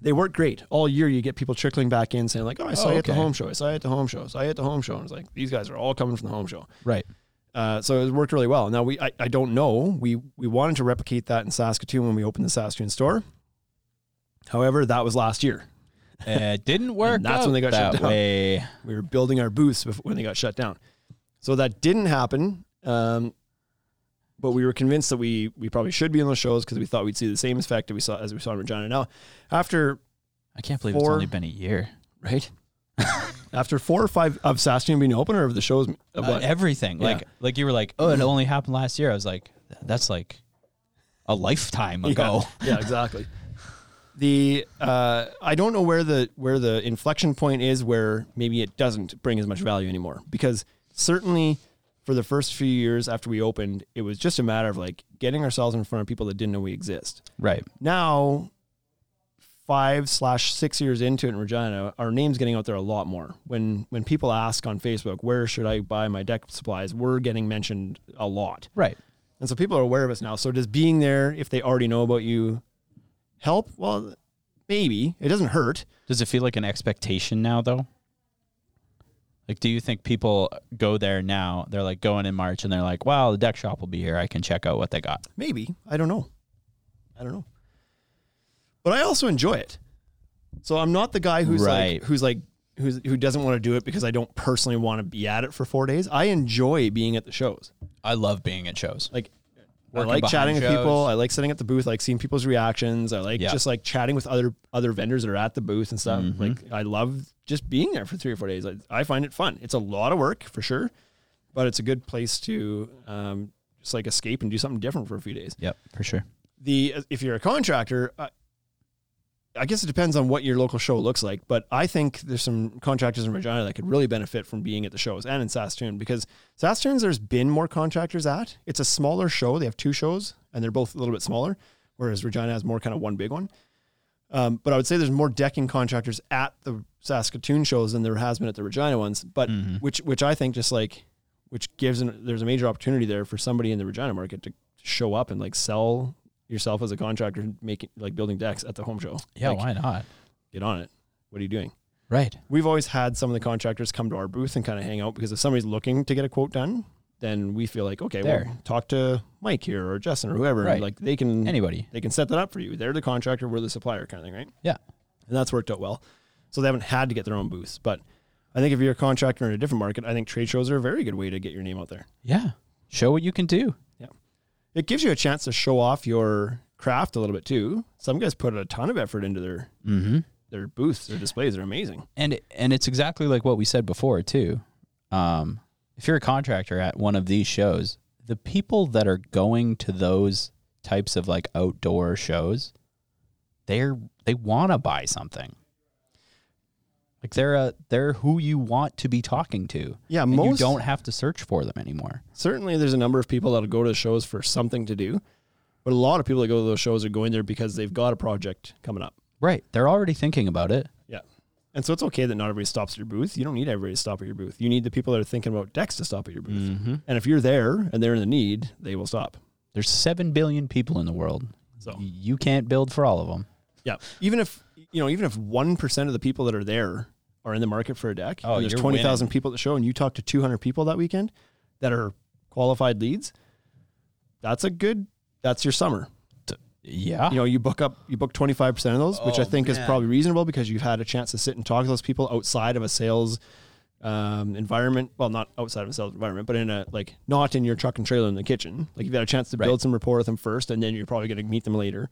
Speaker 1: they work great. All year you get people trickling back in saying, like, oh, I saw
Speaker 3: Oh,
Speaker 1: you at the
Speaker 3: okay.
Speaker 1: home show. I saw you at the home show. I saw you at the home show. And it's like, these guys are all coming from the home show.
Speaker 3: Right.
Speaker 1: Uh, so it worked really well. Now we I, I don't know. We we wanted to replicate that in Saskatoon when we opened the Saskatoon store. However, that was last year.
Speaker 3: It didn't
Speaker 1: (laughs)
Speaker 3: work.
Speaker 1: And that's when they
Speaker 3: out
Speaker 1: got shut
Speaker 3: that
Speaker 1: down.
Speaker 3: way.
Speaker 1: We were building our booths before, when they got shut down. So that didn't happen. Um, but we were convinced that we we probably should be in those shows because we thought we'd see the same effect that we saw as we saw in Regina. Now, after
Speaker 3: I can't believe it's
Speaker 1: Four.
Speaker 3: only been a year.
Speaker 1: right (laughs) after four or five of Saskatoon being open or of the shows, of
Speaker 3: Uh,
Speaker 1: what?
Speaker 3: everything. Like like you were like, oh, it only happened last year. I was like, that's like a
Speaker 1: (laughs)
Speaker 3: lifetime ago.
Speaker 1: Yeah, yeah, exactly. The uh, I don't know where the where the inflection point is where maybe it doesn't bring as much value anymore because certainly for the first few years after we opened, it was just a matter of like getting ourselves in front of people that didn't know we exist
Speaker 3: (laughs) Right.
Speaker 1: now five slash six years into it in Regina, our name's getting out there a lot more. When when people ask on Facebook, where should I buy my deck supplies, we're getting mentioned a lot.
Speaker 3: Right.
Speaker 1: And so people are aware of us now. So does being there, if they already know about you, help? Well, maybe. It doesn't hurt.
Speaker 3: Does it feel like an expectation now though? Like, do you think people go there now? They're like going in March and they're like, wow, the deck shop will be here. I can check out what they got.
Speaker 1: Maybe. I don't know. I don't know. But I also enjoy it. So I'm not the guy who's
Speaker 3: Right.
Speaker 1: like who's like who's who doesn't want to do it because I don't personally want to be at it for four days. I enjoy being at the shows.
Speaker 3: I love being at shows.
Speaker 1: Like
Speaker 3: Working
Speaker 1: I like
Speaker 3: behind
Speaker 1: chatting with people.
Speaker 3: shows.
Speaker 1: I like sitting at the booth. I like seeing people's reactions. I like
Speaker 3: Yeah. Mm-hmm.
Speaker 1: just like chatting with other other vendors that are at the booth and stuff. Like I love just being there for three or four days. I, I find it fun. It's a lot of work for sure, but it's a good place to um, just like escape and do something different for a few days.
Speaker 3: Yep, for sure.
Speaker 1: The uh, if you're a contractor. Uh, I guess it depends on what your local show looks like, but I think there's some contractors in Regina that could really benefit from being at the shows and in Saskatoon because Saskatoon's there's been more contractors at. It's a smaller show. They have two shows and they're both a little bit smaller, whereas Regina has more kind of one big one. Um, but I would say there's more decking contractors at the Saskatoon shows than there has been at the Regina ones. But
Speaker 3: Mm-hmm.
Speaker 1: which which I think just like which gives an, there's a major opportunity there for somebody in the Regina market to show up and like sell yourself as a contractor making like building decks at the home show.
Speaker 3: Yeah,
Speaker 1: Like,
Speaker 3: why not?
Speaker 1: get on it. What are you doing?
Speaker 3: Right.
Speaker 1: We've always had some of the contractors come to our booth and kind of hang out because if somebody's looking to get a quote done, then we feel like okay,
Speaker 3: There.
Speaker 1: well, talk to Mike here or Justin or whoever.
Speaker 3: Right.
Speaker 1: Like they can
Speaker 3: Anybody.
Speaker 1: they can set that up for you. They're the contractor, we're the supplier kind of thing, right?
Speaker 3: Yeah.
Speaker 1: And that's worked out well. So they haven't had to get their own booths. But I think if you're a contractor in a different market, I think trade shows are a very good way to get your name out there.
Speaker 3: Yeah. Show what you can do.
Speaker 1: It gives you a chance to show off your craft a little bit too. Some guys put a ton of effort into their
Speaker 3: Mm-hmm.
Speaker 1: their booths, their displays are amazing.
Speaker 3: And and it's exactly like what we said before too. Um, if you're a contractor at one of these shows, the people that are going to those types of like outdoor shows, they're they want to buy something. Like they're a, they're who you want to be talking to.
Speaker 1: Yeah,
Speaker 3: and you
Speaker 1: most-
Speaker 3: don't have to search for them anymore.
Speaker 1: Certainly there's a number of people that'll go to shows for something to do. But a lot of people that go to those shows are going there because they've got a project coming up.
Speaker 3: Right. They're already thinking about it.
Speaker 1: Yeah. And so it's okay that not everybody stops at your booth. You don't need everybody to stop at your booth. You need the people that are thinking about decks to stop at your booth. And if you're there and they're in the need, they will stop.
Speaker 3: There's 7 billion people in the world.
Speaker 1: So-
Speaker 3: you can't build for all of them.
Speaker 1: Yeah. Even if you know, even if one percent of the people that are there are in the market for a deck,
Speaker 3: Oh,
Speaker 1: and there's
Speaker 3: you're
Speaker 1: twenty thousand people at the show, and you talk to two hundred people that weekend that are qualified leads. That's a good. That's your summer.
Speaker 3: Yeah.
Speaker 1: You know, you book up, you book twenty five percent of those, which I think is probably reasonable because you've had a chance to sit and talk to those people outside of a sales um, environment. Well, not outside of a sales environment, but in a like not in your truck and trailer in the kitchen. Like you've had a chance to build some rapport with them first, and then you're probably going to meet them later.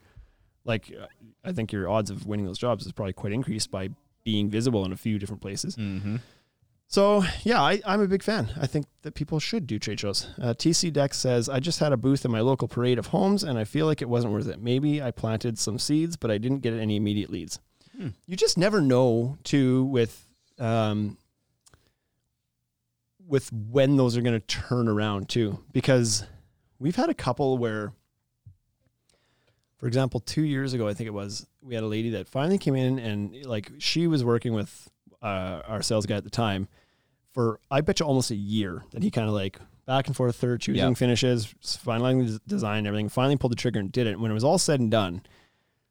Speaker 1: Like uh, I think your odds of winning those jobs is probably quite increased by being visible in a few different places. So yeah, I, I'm a big fan. I think that people should do trade shows. Uh, TC Deck says I just had a booth in my local parade of homes, and I feel like it wasn't worth it. Maybe I planted some seeds, but I didn't get any immediate leads. You just never know too with um, with when those are going to turn around too, because we've had a couple where, for example, two years ago I think it was we had a lady that finally came in and like she was working with uh, our sales guy at the time for I bet you almost a year that he kind of like back and forth, third choosing
Speaker 3: Yeah.
Speaker 1: finishes, finalizing the design, and everything. Finally pulled the trigger and did it. When it was all said and done,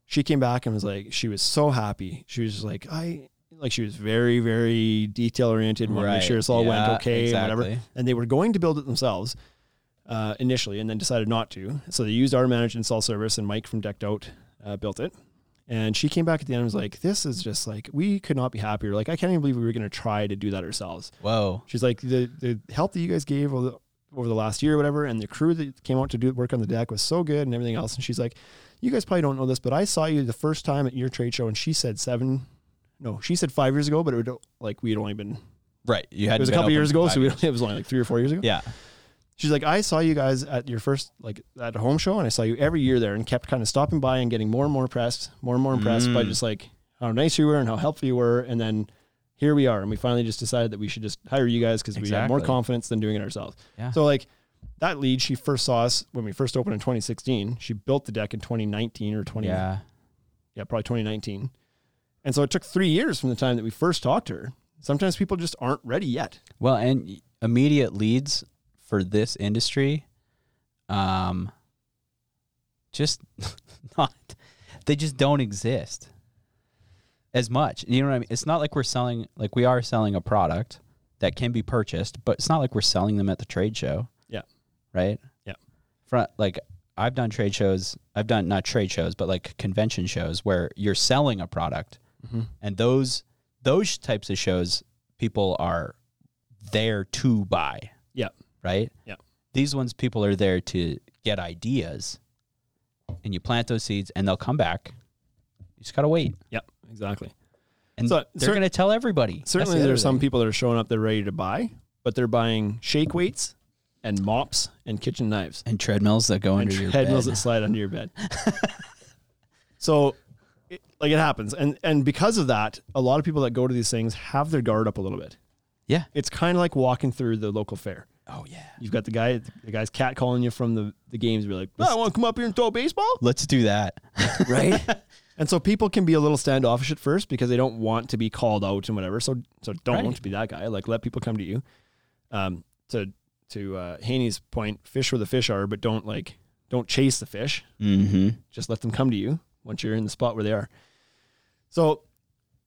Speaker 1: she came back and was like, she was so happy. She was just like, I like she was very very detail oriented, wanted to
Speaker 3: Right.
Speaker 1: make sure this all went
Speaker 3: Yeah,
Speaker 1: okay and whatever.
Speaker 3: exactly.
Speaker 1: And they were going to build it themselves uh, initially, and then decided not to. So they used our managed install service, and Mike from Decked Out uh, built it. And she came back at the end and was like, "This is just like we could not be happier. Like I can't even believe we were going to try to do that ourselves."
Speaker 3: Whoa.
Speaker 1: She's like the the help that you guys gave over the, over the last year or whatever, and the crew that came out to do work on the deck was so good and everything else. And she's like, you guys probably don't know this, but I saw you the first time at your trade show, and she said seven, no, she said five years ago, but it would like we had only been
Speaker 3: Right. You had
Speaker 1: it was a couple years ago, so we (laughs) it was only like three or four years ago.
Speaker 3: (laughs) Yeah.
Speaker 1: She's like, I saw you guys at your first like at a home show, and I saw you every year there, and kept kind of stopping by and getting more and more impressed, more and more impressed
Speaker 3: Mm.
Speaker 1: by just like how nice you were and how helpful you were, and then here we are, and we finally just decided that we should just hire you guys because we had more
Speaker 3: Exactly.
Speaker 1: confidence than doing it ourselves.
Speaker 3: Yeah.
Speaker 1: So like that lead, she first saw us when we first opened in 2016. She built the deck in 2019 or 20
Speaker 3: Yeah.
Speaker 1: yeah, probably 2019. And so it took three years from the time that we first talked to her. Sometimes people just aren't ready yet.
Speaker 3: Well, and y- immediate leads for this industry, um, just (laughs) not. They just don't exist as much. You know what I mean? It's not like we're selling. Like we are selling a product that can be purchased, but it's not like we're selling them at the trade show,
Speaker 1: Yeah.
Speaker 3: right?
Speaker 1: Yeah.
Speaker 3: Front like. I've done trade shows. I've done not trade shows, but like convention shows where you're selling a product,
Speaker 1: Mm-hmm.
Speaker 3: and those those types of shows people are there to buy,
Speaker 1: Yeah.
Speaker 3: right?
Speaker 1: Yeah.
Speaker 3: These ones people are there to get ideas and you plant those seeds and they'll come back. You just gotta wait.
Speaker 1: Yeah. Exactly.
Speaker 3: And
Speaker 1: So,
Speaker 3: they're
Speaker 1: cer-
Speaker 3: gonna tell everybody. That's
Speaker 1: Certainly
Speaker 3: the other
Speaker 1: there's some
Speaker 3: thing.
Speaker 1: people that are showing up, they're ready to buy, but they're buying shake weights and mops and kitchen knives
Speaker 3: and treadmills that go
Speaker 1: and
Speaker 3: under your
Speaker 1: treadmills
Speaker 3: bed.
Speaker 1: that slide under your
Speaker 3: (laughs)
Speaker 1: bed. so it, like it happens. And and because of that, a lot of people that go to these things have their guard up a little bit.
Speaker 3: yeah.
Speaker 1: It's kind of like walking through the local fair.
Speaker 3: Oh yeah.
Speaker 1: You've got the guy, the guy's cat calling you from the, the games. Be like, "Oh, I want to come up here and throw a baseball,
Speaker 3: Let's do that.
Speaker 1: right? (laughs) And so people can be a little standoffish at first because they don't want to be called out and whatever. So so don't
Speaker 3: Right.
Speaker 1: want to be that guy. Like let people come to you. Um, to to uh, Haney's point, fish where the fish are, but don't like don't chase the fish.
Speaker 3: Mm-hmm.
Speaker 1: Just let them come to you once you're in the spot where they are. So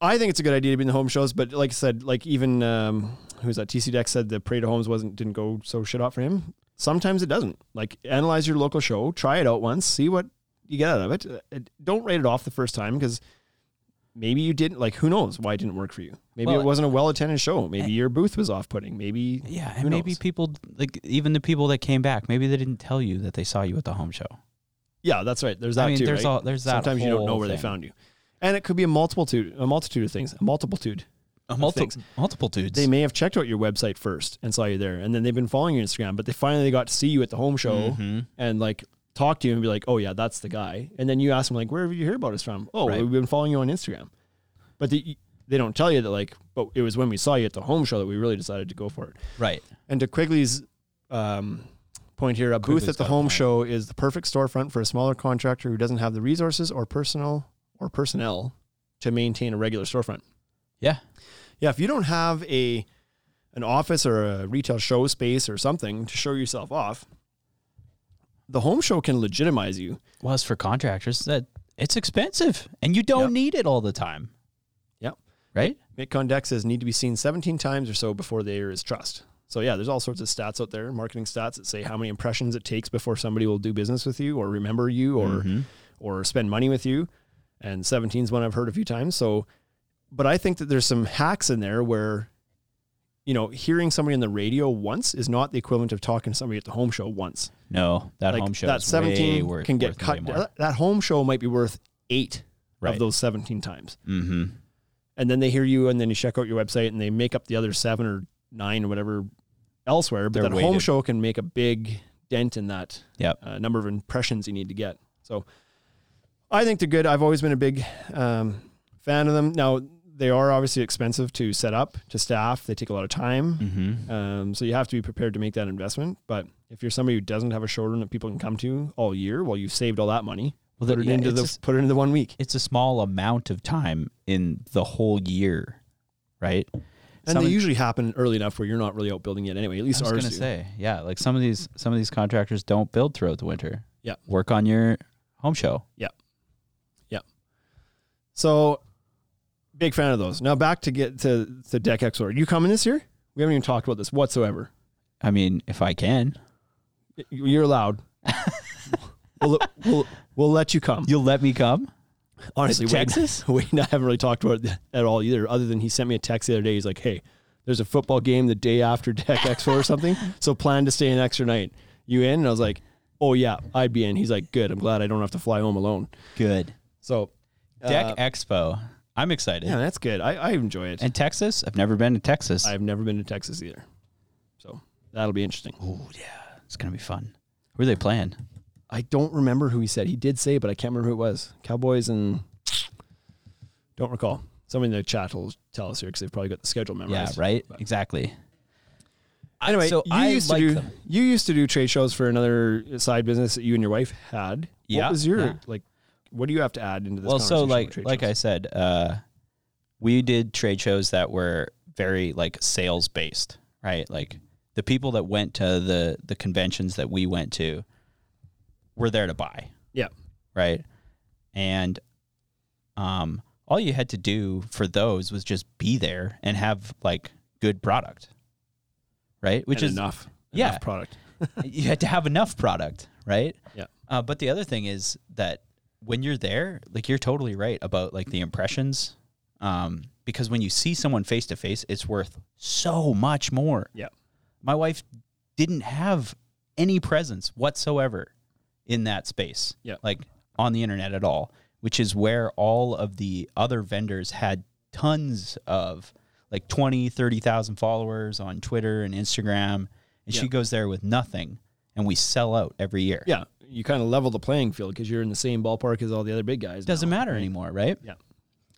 Speaker 1: I think it's a good idea to be in the home shows, but like I said, like even um, who's that? TC Deck said the Parade of Homes wasn't didn't go so shit hot for him. Sometimes it doesn't. Like analyze your local show, try it out once, see what you get out of it. Uh, it don't rate it off the first time because maybe you didn't like. Who knows why it didn't work for you? Maybe
Speaker 3: Well, eh
Speaker 1: it wasn't a well attended show. Maybe your booth was off putting. Maybe
Speaker 3: Yeah,
Speaker 1: who
Speaker 3: and maybe
Speaker 1: knows?
Speaker 3: people like even the people that came back, maybe they didn't tell you that they saw you at the home show.
Speaker 1: yeah, that's right. There's that
Speaker 3: I mean,
Speaker 1: too.
Speaker 3: there's
Speaker 1: right?
Speaker 3: all there's that.
Speaker 1: Sometimes you don't know
Speaker 3: whole
Speaker 1: where they
Speaker 3: thing.
Speaker 1: found you, and it could be a multitude a multitude of things. A multitude.
Speaker 3: a multiple
Speaker 1: things.
Speaker 3: multiple dudes.
Speaker 1: they may have checked out your website first and saw you there, and then they've been following your Instagram, but they finally got to see you at the home show
Speaker 3: Mm-hmm.
Speaker 1: and like talk to you and be like, "Oh yeah, that's the guy." And then you ask them like, "Where have you heard about us from?" "Oh,
Speaker 3: Right.
Speaker 1: we've been following you on Instagram." But they they don't tell you that like, but it was when we saw you at the home show that we really decided to go for it.
Speaker 3: right.
Speaker 1: And to Quigley's um, point here, a
Speaker 3: Quigley's
Speaker 1: booth at the
Speaker 3: got a
Speaker 1: home
Speaker 3: point.
Speaker 1: show is the perfect storefront for a smaller contractor who doesn't have the resources or personal or personnel to maintain a regular storefront.
Speaker 3: Yeah.
Speaker 1: Yeah, if you don't have a an office or a retail show space or something to show yourself off, the home show can legitimize you.
Speaker 3: Well, as for contractors, that it's expensive and you don't
Speaker 1: Yep.
Speaker 3: need it all the time,
Speaker 1: Yep.
Speaker 3: right?
Speaker 1: Mick Condeck says need to be seen 17 times or so before there is trust. So yeah, there's all sorts of stats out there, marketing stats that say how many impressions it takes before somebody will do business with you or remember you or
Speaker 3: Mm-hmm.
Speaker 1: or spend money with you. And 17 is one I've heard a few times. So but I think that there's some hacks in there where you know, hearing somebody on the radio once is not the equivalent of talking to somebody at the home show once.
Speaker 3: No, that
Speaker 1: Like
Speaker 3: home show
Speaker 1: that
Speaker 3: is way
Speaker 1: 17
Speaker 3: worth,
Speaker 1: can get
Speaker 3: worth
Speaker 1: cut.
Speaker 3: Way more.
Speaker 1: That, that home show might be worth 8
Speaker 3: Right.
Speaker 1: of those 17 times
Speaker 3: Mm-hmm.
Speaker 1: and then they hear you and then you check out your website and they make up the other seven or nine or whatever elsewhere but
Speaker 3: They're
Speaker 1: that home
Speaker 3: weighted.
Speaker 1: show can make a big dent in that
Speaker 3: Yep.
Speaker 1: uh, number of impressions you need to get so i think they're good i've always been a big um, fan of them now they are obviously expensive to set up to staff they take a lot of time
Speaker 3: Mm-hmm.
Speaker 1: um, so you have to be prepared to make that investment but if you're somebody who doesn't have a showroom that people can come to all year well you've saved all that money
Speaker 3: Well,
Speaker 1: put
Speaker 3: the-
Speaker 1: it
Speaker 3: yeah,
Speaker 1: into
Speaker 3: it's
Speaker 1: the
Speaker 3: just-
Speaker 1: put it into one week
Speaker 3: It's a small amount of time in the whole year, right?
Speaker 1: and
Speaker 3: Some
Speaker 1: they
Speaker 3: of-
Speaker 1: usually happen early enough where you're not really out building yet anyway at least
Speaker 3: I was
Speaker 1: ours
Speaker 3: gonna
Speaker 1: do.
Speaker 3: say, yeah, like some of these some of these contractors don't build throughout the winter.
Speaker 1: Yeah.
Speaker 3: Work on your home show.
Speaker 1: So big fan of those. Now back to get to the deck expo. Are you coming this year? We haven't even talked about this whatsoever.
Speaker 3: I mean, if I can.
Speaker 1: Y- You're allowed. (laughs) we'll, we'll, we'll let you come.
Speaker 3: You'll let me come?
Speaker 1: Honestly, Wade- (laughs)
Speaker 3: Texas?
Speaker 1: Wade and I haven't really talked about it at all either, other than he sent me a text the other day. He's like, hey, there's a football game the day after (laughs) deck expo or something. So plan to stay an extra night. You in? And I was like, oh yeah, I'd be in. He's like, good. I'm glad I don't have to fly home alone.
Speaker 3: Good.
Speaker 1: So
Speaker 3: Deck Expo. I'm excited.
Speaker 1: Uh, yeah, that's good. I, I enjoy it.
Speaker 3: And Texas? I've never been to Texas.
Speaker 1: I've never been to Texas either. So that'll be interesting.
Speaker 3: oh yeah. It's gonna be fun. Who are they playing?
Speaker 1: I don't remember who he said. He did say, but I can't remember who it was. Cowboys and don't recall. Somebody in the chat will tell us here because they've probably got the schedule
Speaker 3: Yeah,
Speaker 1: memorized.
Speaker 3: right? Exactly.
Speaker 1: Anyway,
Speaker 3: So
Speaker 1: you
Speaker 3: I
Speaker 1: used
Speaker 3: like
Speaker 1: to do
Speaker 3: them.
Speaker 1: you used to do trade shows for another side business that you and your wife had.
Speaker 3: Yeah,
Speaker 1: What was your
Speaker 3: yeah.
Speaker 1: like? What do you have to add into this?
Speaker 3: well so
Speaker 1: conversation
Speaker 3: like
Speaker 1: about trade
Speaker 3: like i
Speaker 1: shows?
Speaker 3: said uh we did trade shows that were very like sales based right like the people that went to the the conventions that we went to were there to buy
Speaker 1: yeah,
Speaker 3: right and um all you had to do for those was just be there and have like good product right which
Speaker 1: And
Speaker 3: is
Speaker 1: enough.
Speaker 3: yeah.
Speaker 1: enough product.
Speaker 3: (laughs) you had to have enough product, right?
Speaker 1: Yeah.
Speaker 3: Uh, but the other thing is that when you're there, like you're totally right about like the impressions, um, because when you see someone face to face, it's worth so much more.
Speaker 1: Yeah,
Speaker 3: My wife didn't have any presence whatsoever in that space,
Speaker 1: Yeah.
Speaker 3: like on the internet at all, which is where all of the other vendors had tons of like 20, 30,000 followers on Twitter and Instagram. And
Speaker 1: Yeah.
Speaker 3: she goes there with nothing, and we sell out every year.
Speaker 1: yeah. You kind of level the playing field because you're in the same ballpark as all the other big guys. now.
Speaker 3: Doesn't matter anymore, right?
Speaker 1: Yeah.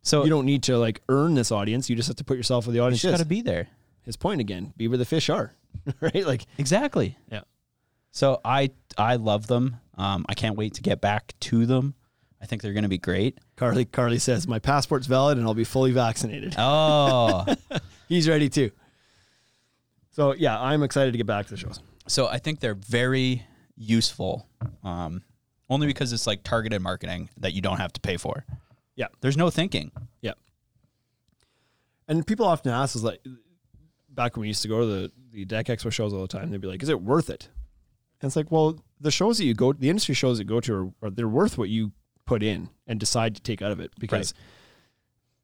Speaker 3: So
Speaker 1: you don't need to like earn this audience. You just have to put yourself with the
Speaker 3: you
Speaker 1: audience.
Speaker 3: just
Speaker 1: is.
Speaker 3: got to be there.
Speaker 1: His point again: be where the fish are, (laughs) right? Like,
Speaker 3: Exactly.
Speaker 1: yeah,
Speaker 3: So I I love them. Um, I can't wait to get back to them. I think they're going to be great.
Speaker 1: Carly Carly says my passport's valid and I'll be fully vaccinated.
Speaker 3: Oh,
Speaker 1: He's ready too. So yeah, I'm excited to get back to the shows.
Speaker 3: (laughs) so I think they're very useful, um, only because it's like targeted marketing that you don't have to pay for.
Speaker 1: Yeah.
Speaker 3: There's no thinking.
Speaker 1: Yeah. And people often ask us like back when we used to go to the, the deck expo shows all the time, they'd be like, Is it worth it? And it's like, well, the shows that you go the industry shows that you go to are, are they're worth what you put in and decide to take out of it because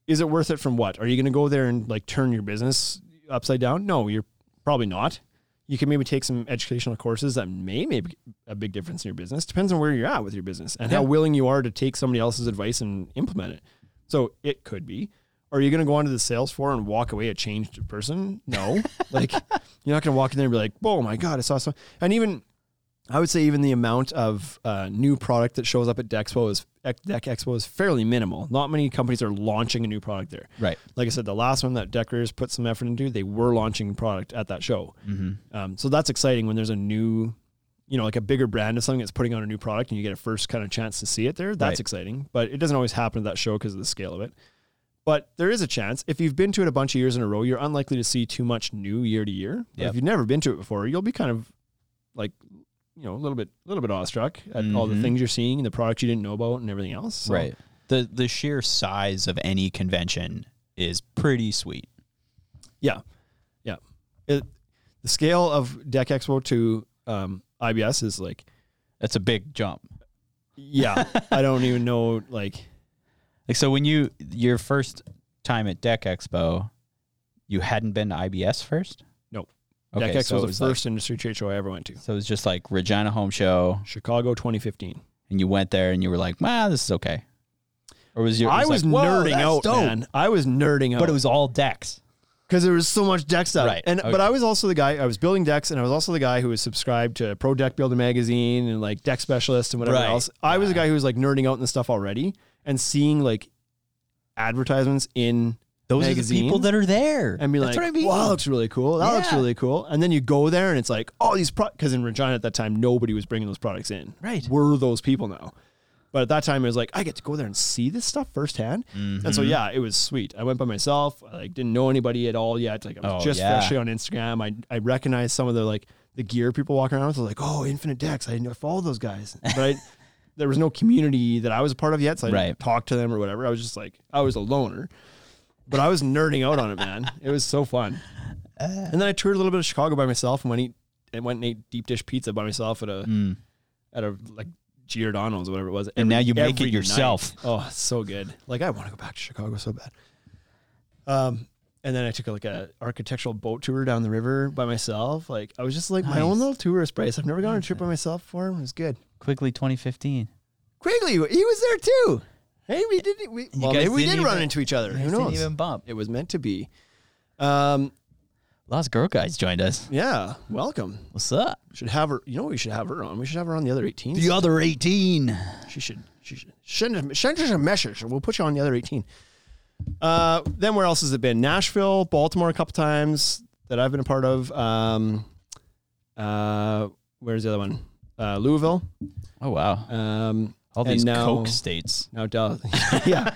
Speaker 1: is it worth it from what? Are you gonna go there and like turn your business upside down? No, you're probably not. You can maybe take some educational courses that may make a big difference in your business. Depends on where you're at with your business and how
Speaker 3: Yeah.
Speaker 1: willing you are to take somebody else's advice and implement it. So it could be. Are you going to go onto the sales floor and walk away a changed person? No. like you're not going to walk in there and be like, "Oh my god, I saw some." And even I would say even the amount of uh, new product that shows up at Dexpo is at Deck Expo is fairly minimal. Not many companies are launching a new product there.
Speaker 3: Right.
Speaker 1: Like I said, the last one that decorators put some effort into, they were launching product at that show.
Speaker 3: Mm-hmm.
Speaker 1: Um, so that's exciting when there's a new, you know, like a bigger brand of something that's putting out a new product and you get a first kind of chance to see it there. That's
Speaker 3: Right.
Speaker 1: exciting, but it doesn't always happen at that show because of the scale of it. But there is a chance if you've been to it a bunch of years in a row, you're unlikely to see too much new year to year. But
Speaker 3: Yep.
Speaker 1: If you've never been to it before, you'll be kind of like, you know, a little bit, a little bit awestruck at all the
Speaker 3: Mhm.
Speaker 1: things you're seeing and the products you didn't know about and everything else. So,
Speaker 3: Right. The the sheer size of any convention is pretty sweet.
Speaker 1: Yeah, yeah. It, the scale of Deck Expo to um, IBS is like,
Speaker 3: That's a big jump. (laughs)
Speaker 1: yeah, I don't even know. Like,
Speaker 3: Like so when you your first time at Deck Expo, you hadn't been to IBS first?
Speaker 1: no,
Speaker 3: Okay,
Speaker 1: Deck Expo
Speaker 3: so it
Speaker 1: was
Speaker 3: was
Speaker 1: the
Speaker 3: like-
Speaker 1: first industry trade show I ever went to.
Speaker 3: So it was just like Regina Home Show
Speaker 1: Chicago 2015.
Speaker 3: and you went there and you were like, "Wow, this is okay." Or was your it
Speaker 1: I was
Speaker 3: like, "Whoa,
Speaker 1: nerding
Speaker 3: that's
Speaker 1: out,
Speaker 3: dope."
Speaker 1: man. I was nerding out.
Speaker 3: But it was all decks.
Speaker 1: because there was so much deck stuff.
Speaker 3: Right,
Speaker 1: And but
Speaker 3: okay.
Speaker 1: I was also the guy. I was building decks, and I was also the guy who was subscribed to Pro Deck Builder magazine and like deck specialist and whatever
Speaker 3: Right.
Speaker 1: else. I was the guy who was like nerding out in the stuff already and seeing like advertisements in
Speaker 3: Those are
Speaker 1: magazines.
Speaker 3: the people that are there.
Speaker 1: and be
Speaker 3: That's
Speaker 1: like,
Speaker 3: what I mean.
Speaker 1: "Wow, that looks really cool. That looks
Speaker 3: Yeah.
Speaker 1: really cool." And then you go there, and it's like, "Oh, these pro," because in Regina at that time, nobody was bringing those products in.
Speaker 3: Right.
Speaker 1: We're those people now. But at that time, it was like, I get to go there and see this stuff firsthand. And
Speaker 3: Mm-hmm.
Speaker 1: so, yeah, it was sweet. I went by myself. I like didn't know anybody at all yet. Like I was
Speaker 3: Oh,
Speaker 1: just
Speaker 3: yeah.
Speaker 1: freshly on Instagram. I I recognized some of the like the gear people walking around with. I was like, "Oh, Infinite Decks." I didn't know- follow those guys, but
Speaker 3: (laughs)
Speaker 1: I, there was no community that I was a part of yet, so I
Speaker 3: Right.
Speaker 1: didn't talk to them or whatever. I was just like, I was a loner but I was nerding out on it, man. It was so fun.
Speaker 3: Uh.
Speaker 1: And then I toured a little bit of Chicago by myself and went eat and went and ate deep dish pizza by myself at a at a like Giordano's or whatever it was.
Speaker 3: Mm. And now you make it
Speaker 1: every night.
Speaker 3: yourself.
Speaker 1: Oh, it's so good. Like I want to go back to Chicago so bad. Um, and then I took like a architectural boat tour down the river by myself. Like I was just like my own little tourist place. I've never gone on a trip by myself before. It was good.
Speaker 3: Quickly 2015.
Speaker 1: Quigley, he was there too. Hey, we didn't. We, well,
Speaker 3: guys
Speaker 1: maybe we did
Speaker 3: didn't
Speaker 1: run
Speaker 3: even-
Speaker 1: into each other. Who
Speaker 3: guys
Speaker 1: knows?
Speaker 3: didn't even bump.
Speaker 1: It was meant to be. Um,
Speaker 3: Lost Girl Guys joined us.
Speaker 1: yeah, welcome.
Speaker 3: What's up?
Speaker 1: Should have her. You know, what we should have her on. We should have her on the other 18.
Speaker 3: other 18.
Speaker 1: she should. She should send us, send us a message. and We'll put you on the other 18. Uh, then where else has it been? Nashville, Baltimore, a couple times that I've been a part of. Um, uh, where's the other one? Uh, Louisville.
Speaker 3: Oh wow.
Speaker 1: Um,
Speaker 3: All
Speaker 1: and
Speaker 3: these
Speaker 1: now-
Speaker 3: Coke states.
Speaker 1: No, Dallas. (laughs) yeah.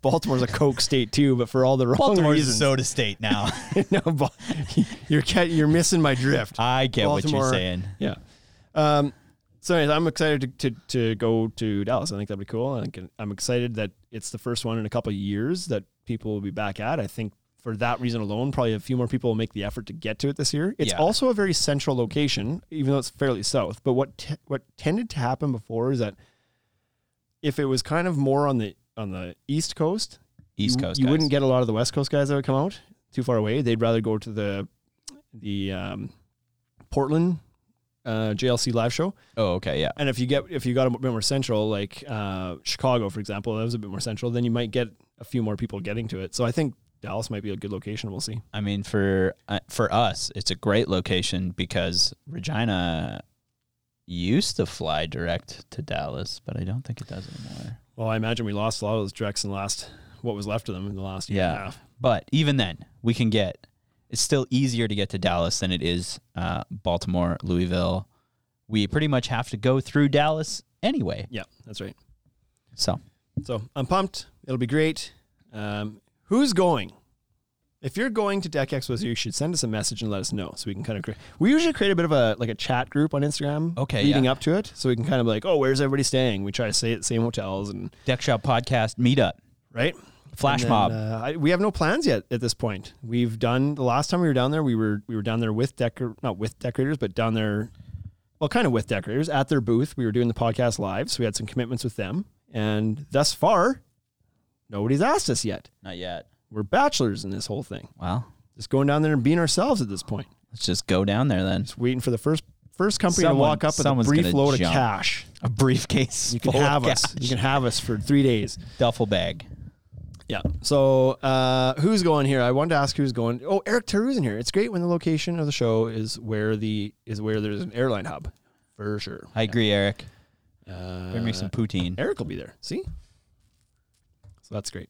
Speaker 1: Baltimore's a coke state too, but for all the wrong reasons.
Speaker 3: soda
Speaker 1: (laughs)
Speaker 3: state now.
Speaker 1: no, Bal- you're ca- you're missing my drift.
Speaker 3: I get what
Speaker 1: Baltimore.
Speaker 3: you're saying.
Speaker 1: Yeah. Um, so anyways, I'm excited to, to, to go to Dallas. I think that'd be cool. I think I'm excited that it's the first one in a couple of years that people will be back at. I think for that reason alone, probably a few more people will make the effort to get to it this year. It's
Speaker 3: Yeah.
Speaker 1: also a very central location, even though it's fairly south. But what t- what tended to happen before is that if it was kind of more on the on the east coast,
Speaker 3: East
Speaker 1: you-
Speaker 3: Coast.
Speaker 1: You
Speaker 3: guys.
Speaker 1: wouldn't get a lot of the West Coast guys that would come out too far away. They'd rather go to the the um, Portland uh, JLC live show.
Speaker 3: Oh, okay, yeah.
Speaker 1: And if you get if you got a bit more central, like uh, Chicago, for example, that was a bit more central, then you might get a few more people getting to it. So I think Dallas might be a good location. We'll see.
Speaker 3: I mean, for uh, for us, it's a great location because Regina used to fly direct to Dallas, but I don't think it does anymore.
Speaker 1: Well, I imagine we lost a lot of those directs in the last what was left of them in the last year and a
Speaker 3: Yeah,
Speaker 1: half.
Speaker 3: but even then, we can get. It's still easier to get to Dallas than it is uh, Baltimore, Louisville. We pretty much have to go through Dallas anyway.
Speaker 1: Yeah, that's right.
Speaker 3: So
Speaker 1: So I'm pumped. It'll be great. Um, who's going? If you're going to Deck Expo, you should send us a message and let us know so we can kind of create. We usually create a bit of a like a chat group on Instagram.
Speaker 3: Okay,
Speaker 1: Leading
Speaker 3: yeah.
Speaker 1: up to it, so we can kind of like, oh, where's everybody staying? We try to stay at the same hotels and
Speaker 3: Deck Shop Podcast Meetup.
Speaker 1: right.
Speaker 3: Flash
Speaker 1: And then,
Speaker 3: mob.
Speaker 1: Uh, I, we have no plans yet at this point. We've done the last time we were down there. We were we were down there with decor, not with decorators, but down there, well, kind of with decorators at their booth. We were doing the podcast live, so we had some commitments with them. And thus far, nobody's asked us yet.
Speaker 3: Not yet.
Speaker 1: We're bachelors in this whole thing.
Speaker 3: Well,
Speaker 1: Just going down there and being ourselves at this point.
Speaker 3: let's just go down there then.
Speaker 1: Just waiting for the first first company
Speaker 3: Someone-
Speaker 1: to walk up with a
Speaker 3: someone's
Speaker 1: brief
Speaker 3: gonna
Speaker 1: load
Speaker 3: jump.
Speaker 1: of cash.
Speaker 3: A briefcase.
Speaker 1: You can have us. You can have us for three days.
Speaker 3: Duffel bag.
Speaker 1: Yeah. So uh, who's going here? I wanted to ask who's going. Oh, Eric Taru's in here. It's great when the location of the show is where the is where there's an airline hub, for sure.
Speaker 3: I agree, Eric.
Speaker 1: Uh,
Speaker 3: Better make some poutine.
Speaker 1: Eric will be there. See. So that's great.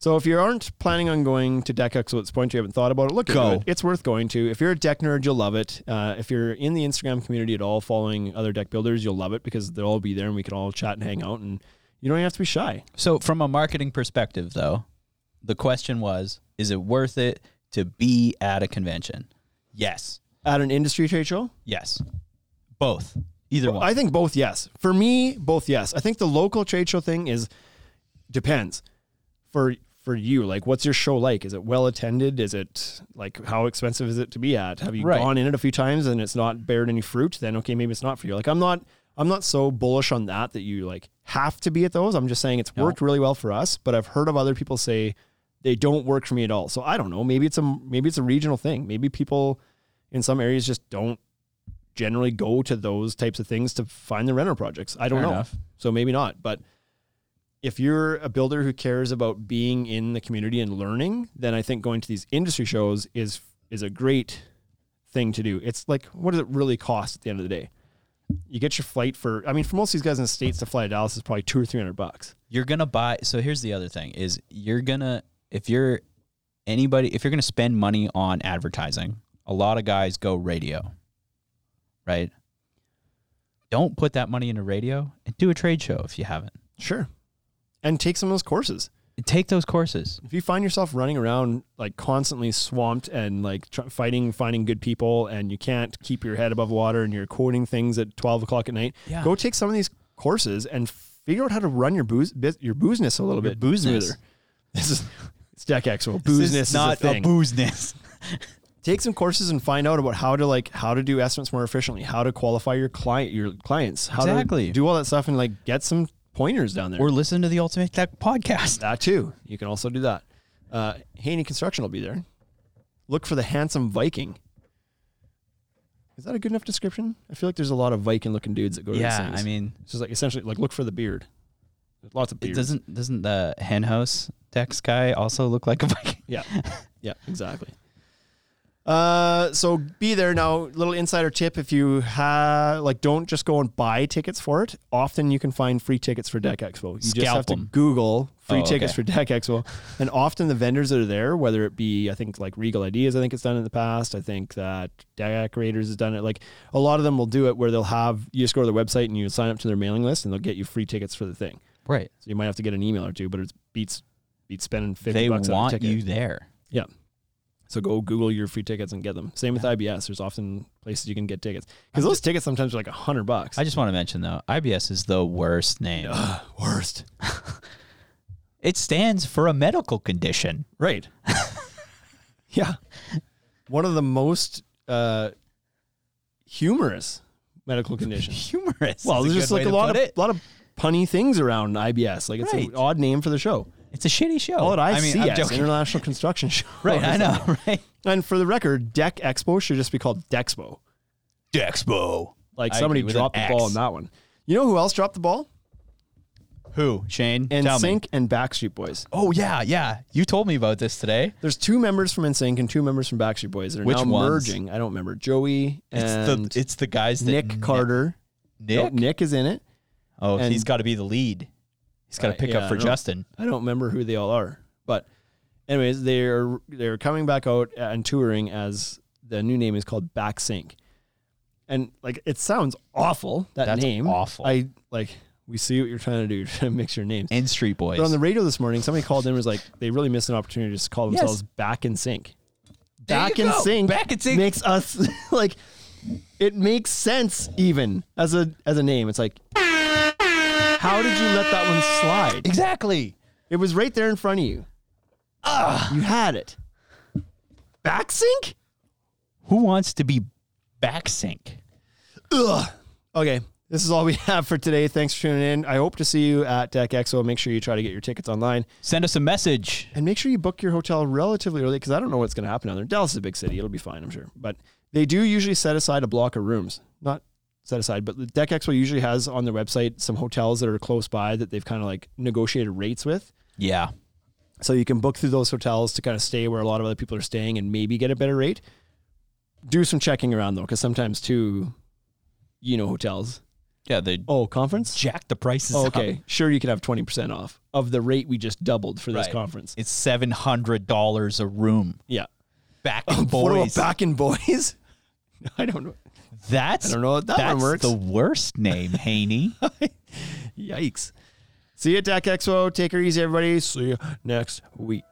Speaker 1: So if you aren't planning on going to Deck Expo at this point, you haven't thought about it, look
Speaker 3: Go.
Speaker 1: into it. It's worth going to. If you're a deck nerd, you'll love it. Uh, if you're in the Instagram community at all, following other deck builders, you'll love it because they'll all be there and we can all chat and hang out, and you don't even have to be shy.
Speaker 3: So, from a marketing perspective, though, the question was: Is it worth it to be at a convention? Yes.
Speaker 1: At an industry trade show,
Speaker 3: Yes. Both. Either one.
Speaker 1: I think both yes. For me, both yes. I think the local trade show thing is depends. For for you, like what's your show like? Is it well attended? Is it like how expensive is it to be at? Have you
Speaker 3: Right.
Speaker 1: gone in it a few times and it's not bared any fruit? Then okay, maybe it's not for you. Like I'm not I'm not so bullish on that that you like have to be at those. I'm just saying it's worked really well for us, but I've heard of other people say they don't work for me at all. So I don't know. Maybe it's a maybe it's a regional thing. Maybe people in some areas just don't generally go to those types of things to find the renter projects. I don't
Speaker 3: Fair
Speaker 1: know.
Speaker 3: enough.
Speaker 1: So maybe not. But if you're a builder who cares about being in the community and learning, then I think going to these industry shows is is a great thing to do. It's like what does it really cost at the end of the day? You get your flight for I mean for most of these guys in the States to fly to Dallas is probably two or three hundred bucks.
Speaker 3: you're gonna buy so here's the other thing is you're gonna if you're anybody if you're gonna spend money on advertising a lot of guys go radio right don't put that money into radio and do a trade show if you haven't
Speaker 1: Sure. And take some of those courses.
Speaker 3: And take those courses
Speaker 1: if you find yourself running around like constantly swamped and like tr- fighting finding good people and you can't keep your head above water and you're quoting things at 12 o'clock at night
Speaker 3: Yeah.
Speaker 1: go take some of these courses and figure out how to run your booze biz- your booziness a little
Speaker 3: Your
Speaker 1: bit
Speaker 3: boozness.
Speaker 1: smoother. this is it's deck actual
Speaker 3: This
Speaker 1: booziness
Speaker 3: is not
Speaker 1: is a thing
Speaker 3: boozness
Speaker 1: take some courses and find out about how to like how to do estimates more efficiently how to qualify your client your clients how
Speaker 3: Exactly.
Speaker 1: to do all that stuff and like get some pointers down there
Speaker 3: or listen to the ultimate tech
Speaker 1: (laughs)
Speaker 3: podcast
Speaker 1: that too. You can also do that. Uh, Haney Construction will be there. Look for the handsome Viking. Is that a good enough description? I feel like there's a lot of Viking-looking dudes that go to
Speaker 3: yeah
Speaker 1: these things.
Speaker 3: i mean
Speaker 1: it's just like essentially like look for the beard. There's lots of
Speaker 3: it
Speaker 1: beard.
Speaker 3: doesn't doesn't the henhouse dex guy also look like a (laughs) viking
Speaker 1: Yeah, yeah, exactly. Uh, so be there now. Little insider tip: if you ha like, don't just go and buy tickets for it. Often you can find free tickets for Deck Expo. You just
Speaker 3: Scalp
Speaker 1: have to
Speaker 3: 'em.
Speaker 1: Google free
Speaker 3: Oh, okay.
Speaker 1: tickets for Deck Expo, and often the vendors that are there, whether it be I think like Regal Ideas, I think it's done in the past. I think that Decorators has done it. Like a lot of them will do it where they'll have you just go to their website and you sign up to their mailing list, and they'll get you free tickets for the thing.
Speaker 3: right
Speaker 1: So you might have to get an email or two, but it beats beats spending fifty
Speaker 3: they
Speaker 1: bucks on a
Speaker 3: want
Speaker 1: ticket.
Speaker 3: you there
Speaker 1: Yeah. So go Google your free tickets and get them. Same with IBS. There's often places you can get tickets because those tickets sometimes are like a hundred bucks.
Speaker 3: i just want to mention though ibs is the worst name
Speaker 1: worst.
Speaker 3: It stands for a medical condition.
Speaker 1: Right. (laughs) yeah. One of the most uh, humorous medical conditions.
Speaker 3: (laughs)
Speaker 1: (laughs)
Speaker 3: Humorous.
Speaker 1: well,
Speaker 3: is
Speaker 1: there's
Speaker 3: good
Speaker 1: just
Speaker 3: way
Speaker 1: like a
Speaker 3: to
Speaker 1: lot of
Speaker 3: put it.
Speaker 1: lot of punny things around IBS. Like it's
Speaker 3: Right.
Speaker 1: an odd name for the show.
Speaker 3: It's a shitty show.
Speaker 1: All at ICS,
Speaker 3: I mean, I'm joking.
Speaker 1: International Construction Show.
Speaker 3: (laughs) right, I know, (laughs) right?
Speaker 1: And for the record, Deck Expo should just be called Dexpo.
Speaker 3: Dexpo.
Speaker 1: Like
Speaker 3: I
Speaker 1: somebody
Speaker 3: agree with an
Speaker 1: dropped the
Speaker 3: X.
Speaker 1: ball on that one. You know who else dropped the ball?
Speaker 3: Who? Shane?
Speaker 1: And
Speaker 3: Tell me.
Speaker 1: Sync and Backstreet Boys.
Speaker 3: Oh yeah, yeah. You told me about this today.
Speaker 1: There's two members from NSYNC and two members from Backstreet Boys that are
Speaker 3: Which
Speaker 1: now
Speaker 3: ones?
Speaker 1: merging. I don't remember. Joey and
Speaker 3: it's the it's the guys that
Speaker 1: Nick Carter.
Speaker 3: Nick.
Speaker 1: No, Nick is in it.
Speaker 3: oh,
Speaker 1: and-
Speaker 3: he's got to be the lead. He's got to
Speaker 1: Uh,
Speaker 3: pick
Speaker 1: yeah,
Speaker 3: up for
Speaker 1: I know.
Speaker 3: Justin.
Speaker 1: I don't remember who they all are. But anyways, they're they're coming back out and touring as the new name is called Backsync. and like it sounds awful. That
Speaker 3: That's
Speaker 1: name,
Speaker 3: awful.
Speaker 1: I like. We see what you're trying to do. You're trying to (laughs) mix your names.
Speaker 3: and Street Boys.
Speaker 1: But on the radio this morning, somebody called in and was like, they really missed an opportunity to just call
Speaker 3: Yes.
Speaker 1: themselves back in sync.
Speaker 3: There you
Speaker 1: Back in
Speaker 3: go.
Speaker 1: sync.
Speaker 3: Back in Sync.
Speaker 1: makes us (laughs) like it makes sense even as a as a name. It's like how did you let that one slide?
Speaker 3: exactly.
Speaker 1: It was right there in front of you. You had it. Back sync?
Speaker 3: Who wants to be back sync?
Speaker 1: Ugh. Okay. This is all we (laughs) have for today. Thanks for tuning in. I hope to see you at Deck Expo. Make sure you try to get your tickets online.
Speaker 3: Send us a message.
Speaker 1: And make sure you book your hotel relatively early because I don't know what's going to happen out there. Dallas is a big city; it'll be fine, I'm sure. But they do usually set aside a block of rooms, not set aside, but the Deck Expo usually has on their website some hotels that are close by that they've kind of like negotiated rates with,
Speaker 3: Yeah.
Speaker 1: so you can book through those hotels to kind of stay where a lot of other people are staying and maybe get a better rate. Do some checking around though, because sometimes too, you know, hotels.
Speaker 3: Yeah, they
Speaker 1: Oh, conference.
Speaker 3: jack the prices
Speaker 1: Oh,
Speaker 3: up.
Speaker 1: okay, sure, you can have twenty percent off of the rate we just doubled for this
Speaker 3: Right.
Speaker 1: conference.
Speaker 3: It's seven hundred dollars a room.
Speaker 1: Yeah.
Speaker 3: Back
Speaker 1: (laughs)
Speaker 3: in
Speaker 1: What about
Speaker 3: boys.
Speaker 1: back in boys? (laughs) I don't know.
Speaker 3: That's
Speaker 1: I don't know if that one
Speaker 3: that's
Speaker 1: works.
Speaker 3: the worst name, Haney.
Speaker 1: Yikes. See you at Tech Expo. Take her easy, everybody. See you next week.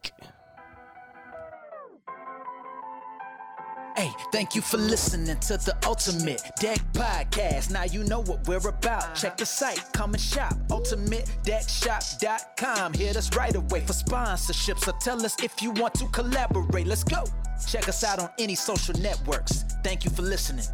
Speaker 2: Hey, thank you for listening to the Ultimate Deck Podcast. Now you know what we're about. Check the site, come and shop. UltimateDeckShop.com. Hit us right away for sponsorships or tell us if you want to collaborate. Let's go. Check us out on any social networks. Thank you for listening.